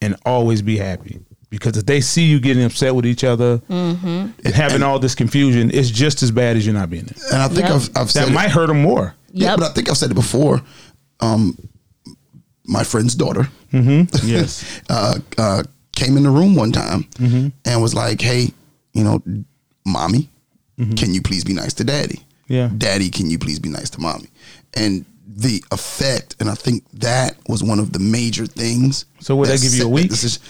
[SPEAKER 2] and always be happy? Because if they see you getting upset with each other
[SPEAKER 1] Mm-hmm.
[SPEAKER 2] and having all this confusion, it's just as bad as you not being there.
[SPEAKER 3] And I think
[SPEAKER 1] Yep.
[SPEAKER 3] I've, I've said
[SPEAKER 2] That
[SPEAKER 3] it-
[SPEAKER 2] might hurt them more.
[SPEAKER 3] yeah,
[SPEAKER 1] Yep.
[SPEAKER 3] but I think I've said it before. Um, my friend's daughter
[SPEAKER 2] Yes.
[SPEAKER 3] uh, uh, came in the room one time
[SPEAKER 2] Mm-hmm.
[SPEAKER 3] and was like, "Hey, you know, mommy, can you please be nice to daddy?
[SPEAKER 2] Mm-hmm. Yeah.
[SPEAKER 3] daddy, can you please be nice to mommy?" And the effect, and I think that was one of the major things.
[SPEAKER 2] So would that give you a
[SPEAKER 3] set
[SPEAKER 2] week?
[SPEAKER 3] decision.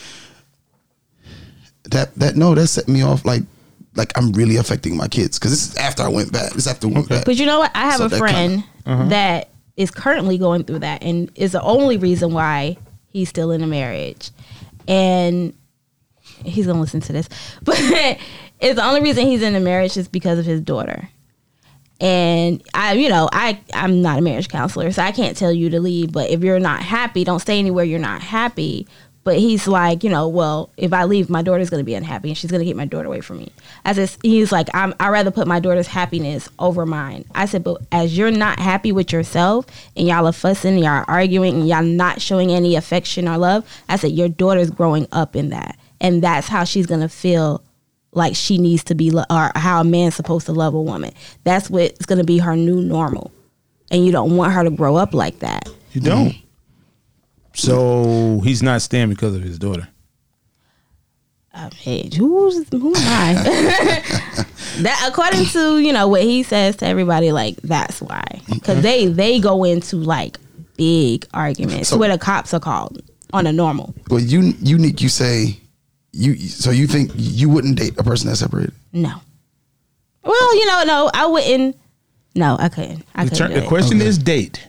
[SPEAKER 3] That that no, that set me off like like I'm really affecting my kids because this is after I went back. This is after I went back.
[SPEAKER 1] But you know what? I have
[SPEAKER 3] So
[SPEAKER 1] a
[SPEAKER 3] that Uh-huh.
[SPEAKER 1] friend that is currently going through that and is the only reason why he's still in a marriage. And he's going to listen to this. But it's the only reason he's in a marriage is because of his daughter. And I, you know, I I'm not a marriage counselor, so I can't tell you to leave. But if you're not happy, don't stay anywhere you're not happy. But he's like, you know, well, if I leave, my daughter's going to be unhappy, and she's going to get my daughter away from me. As it's, he's like, I'm, I rather put my daughter's happiness over mine. I said, but as you're not happy with yourself, and y'all are fussing, and y'all are arguing, and y'all not showing any affection or love, I said, your daughter's growing up in that, and that's how she's going to feel like she needs to be, lo- or how a man's supposed to love a woman. That's what's going to be her new normal, and you don't want her to grow up like that.
[SPEAKER 2] You don't. So he's not staying because of his daughter.
[SPEAKER 1] I mean, Oh, who's who am I? that according to you know what he says to everybody, like that's why because they they go into like big arguments
[SPEAKER 3] So-
[SPEAKER 1] where the cops are called on a normal.
[SPEAKER 3] Well, you unique. You say you. So you think you wouldn't date a person that's separated?
[SPEAKER 1] No, well you know no I wouldn't. No, I couldn't. I
[SPEAKER 2] The,
[SPEAKER 1] couldn't.
[SPEAKER 2] ter-
[SPEAKER 1] do
[SPEAKER 2] the
[SPEAKER 1] it.
[SPEAKER 2] question is date.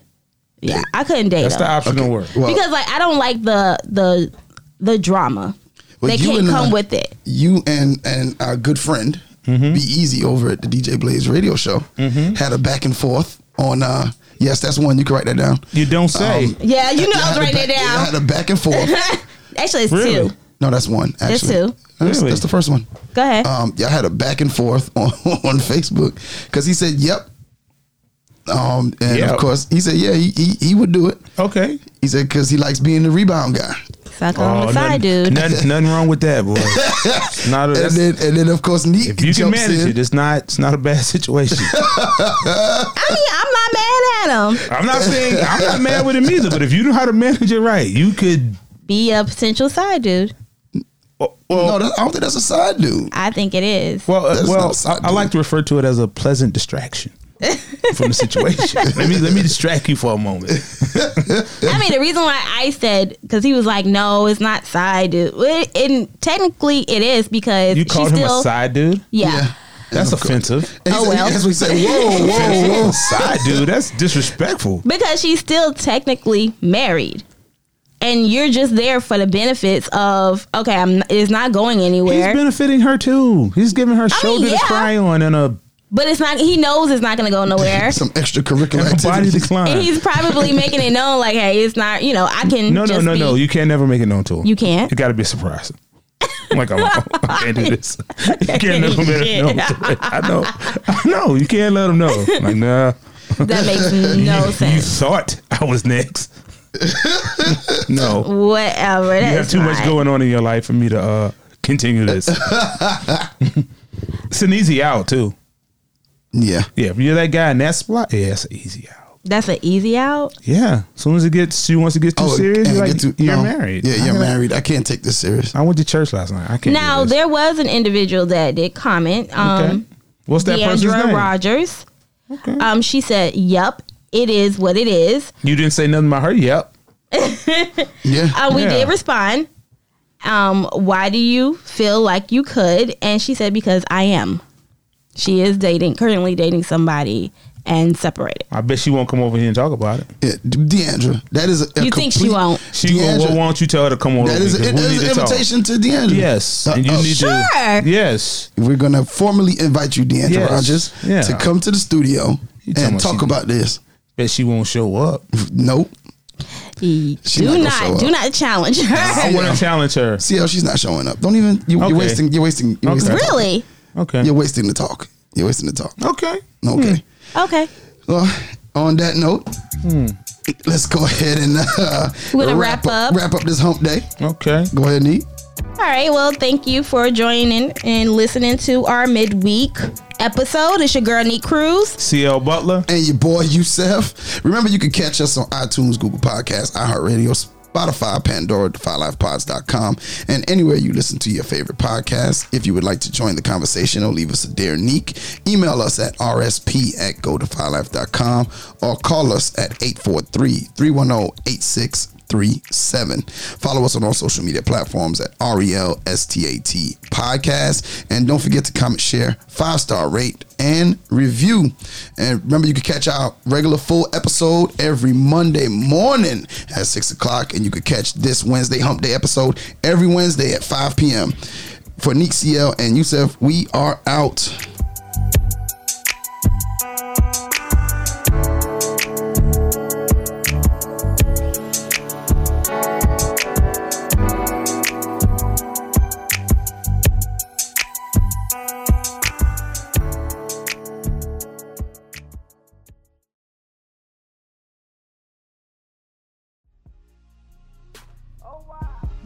[SPEAKER 1] yeah, I couldn't date
[SPEAKER 2] That's the
[SPEAKER 1] them.
[SPEAKER 2] optional word.
[SPEAKER 3] Well,
[SPEAKER 1] because like I don't like the the the drama.
[SPEAKER 3] Well,
[SPEAKER 1] they
[SPEAKER 3] you
[SPEAKER 1] can't
[SPEAKER 3] and
[SPEAKER 1] come
[SPEAKER 3] I-
[SPEAKER 1] with it.
[SPEAKER 3] you and and our good friend
[SPEAKER 2] Mm-hmm.
[SPEAKER 3] be easy over at the DJ Blaze radio show had a back and forth on. uh Yes, that's one you can write that down.
[SPEAKER 2] You don't say.
[SPEAKER 3] Um,
[SPEAKER 1] Yeah, you know I
[SPEAKER 3] had
[SPEAKER 1] was
[SPEAKER 3] a
[SPEAKER 1] writing
[SPEAKER 3] back-
[SPEAKER 1] it
[SPEAKER 3] I had
[SPEAKER 1] down.
[SPEAKER 3] a back and forth.
[SPEAKER 1] Actually, it's
[SPEAKER 2] Really?
[SPEAKER 1] two.
[SPEAKER 3] No, that's one. Actually,
[SPEAKER 1] two.
[SPEAKER 3] That's,
[SPEAKER 2] Really?
[SPEAKER 3] that's the first one.
[SPEAKER 1] Go ahead.
[SPEAKER 2] Uh,
[SPEAKER 3] Um, yeah, I had a back and forth on, on Facebook because he said, "Yep," um, and
[SPEAKER 2] Yep.
[SPEAKER 3] of course he said, "Yeah, he, he he would do it."
[SPEAKER 2] okay. Uh,
[SPEAKER 3] He said because he likes being the rebound guy.
[SPEAKER 1] Suck on the
[SPEAKER 2] nothing,
[SPEAKER 1] side, dude.
[SPEAKER 2] Nothing, nothing wrong with that, boy. It's not a,
[SPEAKER 3] And
[SPEAKER 2] that's-
[SPEAKER 3] then, and then of course, Neek
[SPEAKER 2] if you can
[SPEAKER 3] jumps
[SPEAKER 2] manage
[SPEAKER 3] in.
[SPEAKER 2] it, it's not it's not a bad situation.
[SPEAKER 1] I mean, I'm not mad at him.
[SPEAKER 2] I'm not saying I'm not mad with him either, but if you know how to manage it right, you could.
[SPEAKER 1] be a potential side dude.
[SPEAKER 2] Well,
[SPEAKER 3] No, that, I don't think that's a side dude.
[SPEAKER 1] I think it is.
[SPEAKER 2] well, uh,
[SPEAKER 3] That's
[SPEAKER 2] well
[SPEAKER 3] not side
[SPEAKER 2] I, I like to refer to it as a pleasant distraction from the situation. let me let me distract you for a moment.
[SPEAKER 1] I mean, the reason why I said because he was like, "No, it's not side dude," Well, and technically it is because
[SPEAKER 2] You
[SPEAKER 1] she
[SPEAKER 2] called him
[SPEAKER 1] still-
[SPEAKER 2] a side dude.
[SPEAKER 1] Yeah.
[SPEAKER 2] That's offensive.
[SPEAKER 3] And he
[SPEAKER 1] Oh,
[SPEAKER 3] said-
[SPEAKER 1] well.
[SPEAKER 3] That's what he said. Whoa, whoa, whoa.
[SPEAKER 2] Side dude, that's disrespectful.
[SPEAKER 1] because she's still technically married. And you're just there for the benefits of okay, I'm it's not going
[SPEAKER 2] He's
[SPEAKER 1] anywhere,
[SPEAKER 2] benefiting her too. He's giving her shoulder
[SPEAKER 1] yeah.
[SPEAKER 2] to cry on and a,
[SPEAKER 1] but it's not. He knows it's not going to go nowhere,
[SPEAKER 3] Some extracurricular
[SPEAKER 2] a body
[SPEAKER 3] activity.
[SPEAKER 2] decline.
[SPEAKER 1] and he's probably making it known like, hey, it's not. You know, I can
[SPEAKER 2] No, no,
[SPEAKER 1] just
[SPEAKER 2] no,
[SPEAKER 1] be-
[SPEAKER 2] no. You can't never make it known to him.
[SPEAKER 1] You can't?
[SPEAKER 2] It got to be a surprise. I'm like, I'm, I can't do this. You can't never make it known. To it. I know. I know. You can't let him know. I'm like, nah.
[SPEAKER 1] That makes no
[SPEAKER 2] You
[SPEAKER 1] sense.
[SPEAKER 2] thought I was next. no.
[SPEAKER 1] Whatever.
[SPEAKER 2] You have too much going on in your life for me to uh, continue this. it's an easy out, too.
[SPEAKER 3] Yeah.
[SPEAKER 2] Yeah, if you're that guy in that spot, yeah, it's an easy out.
[SPEAKER 1] That's an easy out.
[SPEAKER 2] Yeah. As soon as it gets, she wants to get too serious,
[SPEAKER 3] Oh, and
[SPEAKER 2] you're, like,
[SPEAKER 3] get to-
[SPEAKER 2] you're
[SPEAKER 3] no.
[SPEAKER 2] married. Oh.
[SPEAKER 3] Yeah,
[SPEAKER 2] I
[SPEAKER 3] you're
[SPEAKER 2] gotta-
[SPEAKER 3] married. I can't take this serious.
[SPEAKER 2] I went to church last night. I can't.
[SPEAKER 1] Now
[SPEAKER 2] do this.
[SPEAKER 1] there was an individual that did comment. Um,
[SPEAKER 2] What's that person's
[SPEAKER 1] Deandra
[SPEAKER 2] name?
[SPEAKER 1] Rogers. Um, she said, "Yep, it is what it is."
[SPEAKER 2] You didn't say nothing about her. Yep.
[SPEAKER 3] Yeah.
[SPEAKER 1] Uh, we
[SPEAKER 2] Yeah.
[SPEAKER 1] did respond. Um, why do you feel like you could? And she said, "Because I am." She is dating, currently dating somebody, and separated.
[SPEAKER 2] I bet she won't come over here and talk about it.
[SPEAKER 3] yeah. Deandra. That is a, a
[SPEAKER 1] You think she
[SPEAKER 3] complete-
[SPEAKER 1] won't?
[SPEAKER 2] She will.
[SPEAKER 3] Deandra-
[SPEAKER 2] Well, why don't you tell her to come over?
[SPEAKER 3] That is, a,
[SPEAKER 2] because
[SPEAKER 3] it,
[SPEAKER 2] we
[SPEAKER 3] that
[SPEAKER 2] need
[SPEAKER 3] is an
[SPEAKER 2] to talk.
[SPEAKER 3] invitation to Deandra.
[SPEAKER 2] Yes,
[SPEAKER 3] Uh,
[SPEAKER 2] and you
[SPEAKER 3] uh,
[SPEAKER 2] need
[SPEAKER 1] Sure.
[SPEAKER 2] to. Yes,
[SPEAKER 3] We're gonna formally invite you, Deandra
[SPEAKER 2] Yes.
[SPEAKER 3] Rogers,
[SPEAKER 2] Yeah.
[SPEAKER 3] to come to the studio
[SPEAKER 2] You talking
[SPEAKER 3] and
[SPEAKER 2] about
[SPEAKER 3] talk
[SPEAKER 2] she-
[SPEAKER 3] about this.
[SPEAKER 2] bet she won't show up.
[SPEAKER 3] Nope.
[SPEAKER 1] He,
[SPEAKER 3] She
[SPEAKER 1] do
[SPEAKER 3] not gonna
[SPEAKER 1] not,
[SPEAKER 3] show
[SPEAKER 1] do
[SPEAKER 3] up.
[SPEAKER 1] not challenge
[SPEAKER 2] I
[SPEAKER 1] her.
[SPEAKER 2] want to challenge her.
[SPEAKER 3] See how she's not showing up. Don't even. You,
[SPEAKER 2] Okay.
[SPEAKER 3] You're wasting. You're wasting. You're wasting the talk.
[SPEAKER 1] really?
[SPEAKER 2] Okay.
[SPEAKER 3] You're wasting the talk. You're wasting the talk.
[SPEAKER 2] Okay.
[SPEAKER 3] Okay.
[SPEAKER 1] Okay.
[SPEAKER 3] Well, on that note, let's go ahead and uh,
[SPEAKER 1] We're gonna wrap up.
[SPEAKER 3] Wrap up this hump day.
[SPEAKER 2] Okay.
[SPEAKER 3] Go ahead, Nee.
[SPEAKER 1] All right. Well, thank you for joining and listening to our midweek episode. It's your girl, Neat Cruz.
[SPEAKER 2] CL Butler.
[SPEAKER 3] and your boy Youssef. Remember, you can catch us on iTunes, Google Podcasts, iHeartRadio, Spotify, Pandora, DefyLifePods.com, and anywhere you listen to your favorite podcast. If you would like to join the conversation or leave us a dare neek, email us at rsp at godefylife.com or call us at 843-310-8637. Follow us on all social media platforms at E RELSTAT Podcast. And don't forget to comment, share, five star rate, and review. And remember, you can catch our regular full episode every Monday morning at 6 o'clock. And you can catch this Wednesday Hump Day episode every Wednesday at 5 p.m. For Neek CL and Youssef, we are out.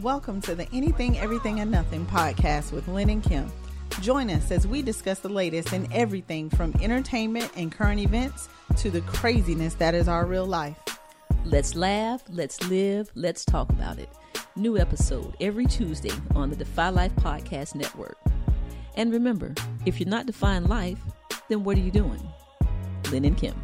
[SPEAKER 4] Welcome to the Anything, Everything, and Nothing podcast with Lynn and Kim. Join us as we discuss the latest in everything from entertainment and current events to the craziness that is our real life.
[SPEAKER 5] Let's laugh, let's live, let's talk about it. New episode every Tuesday on the Defy Life Podcast Network. And remember, if you're not defying life, then what are you doing? Lynn and Kim.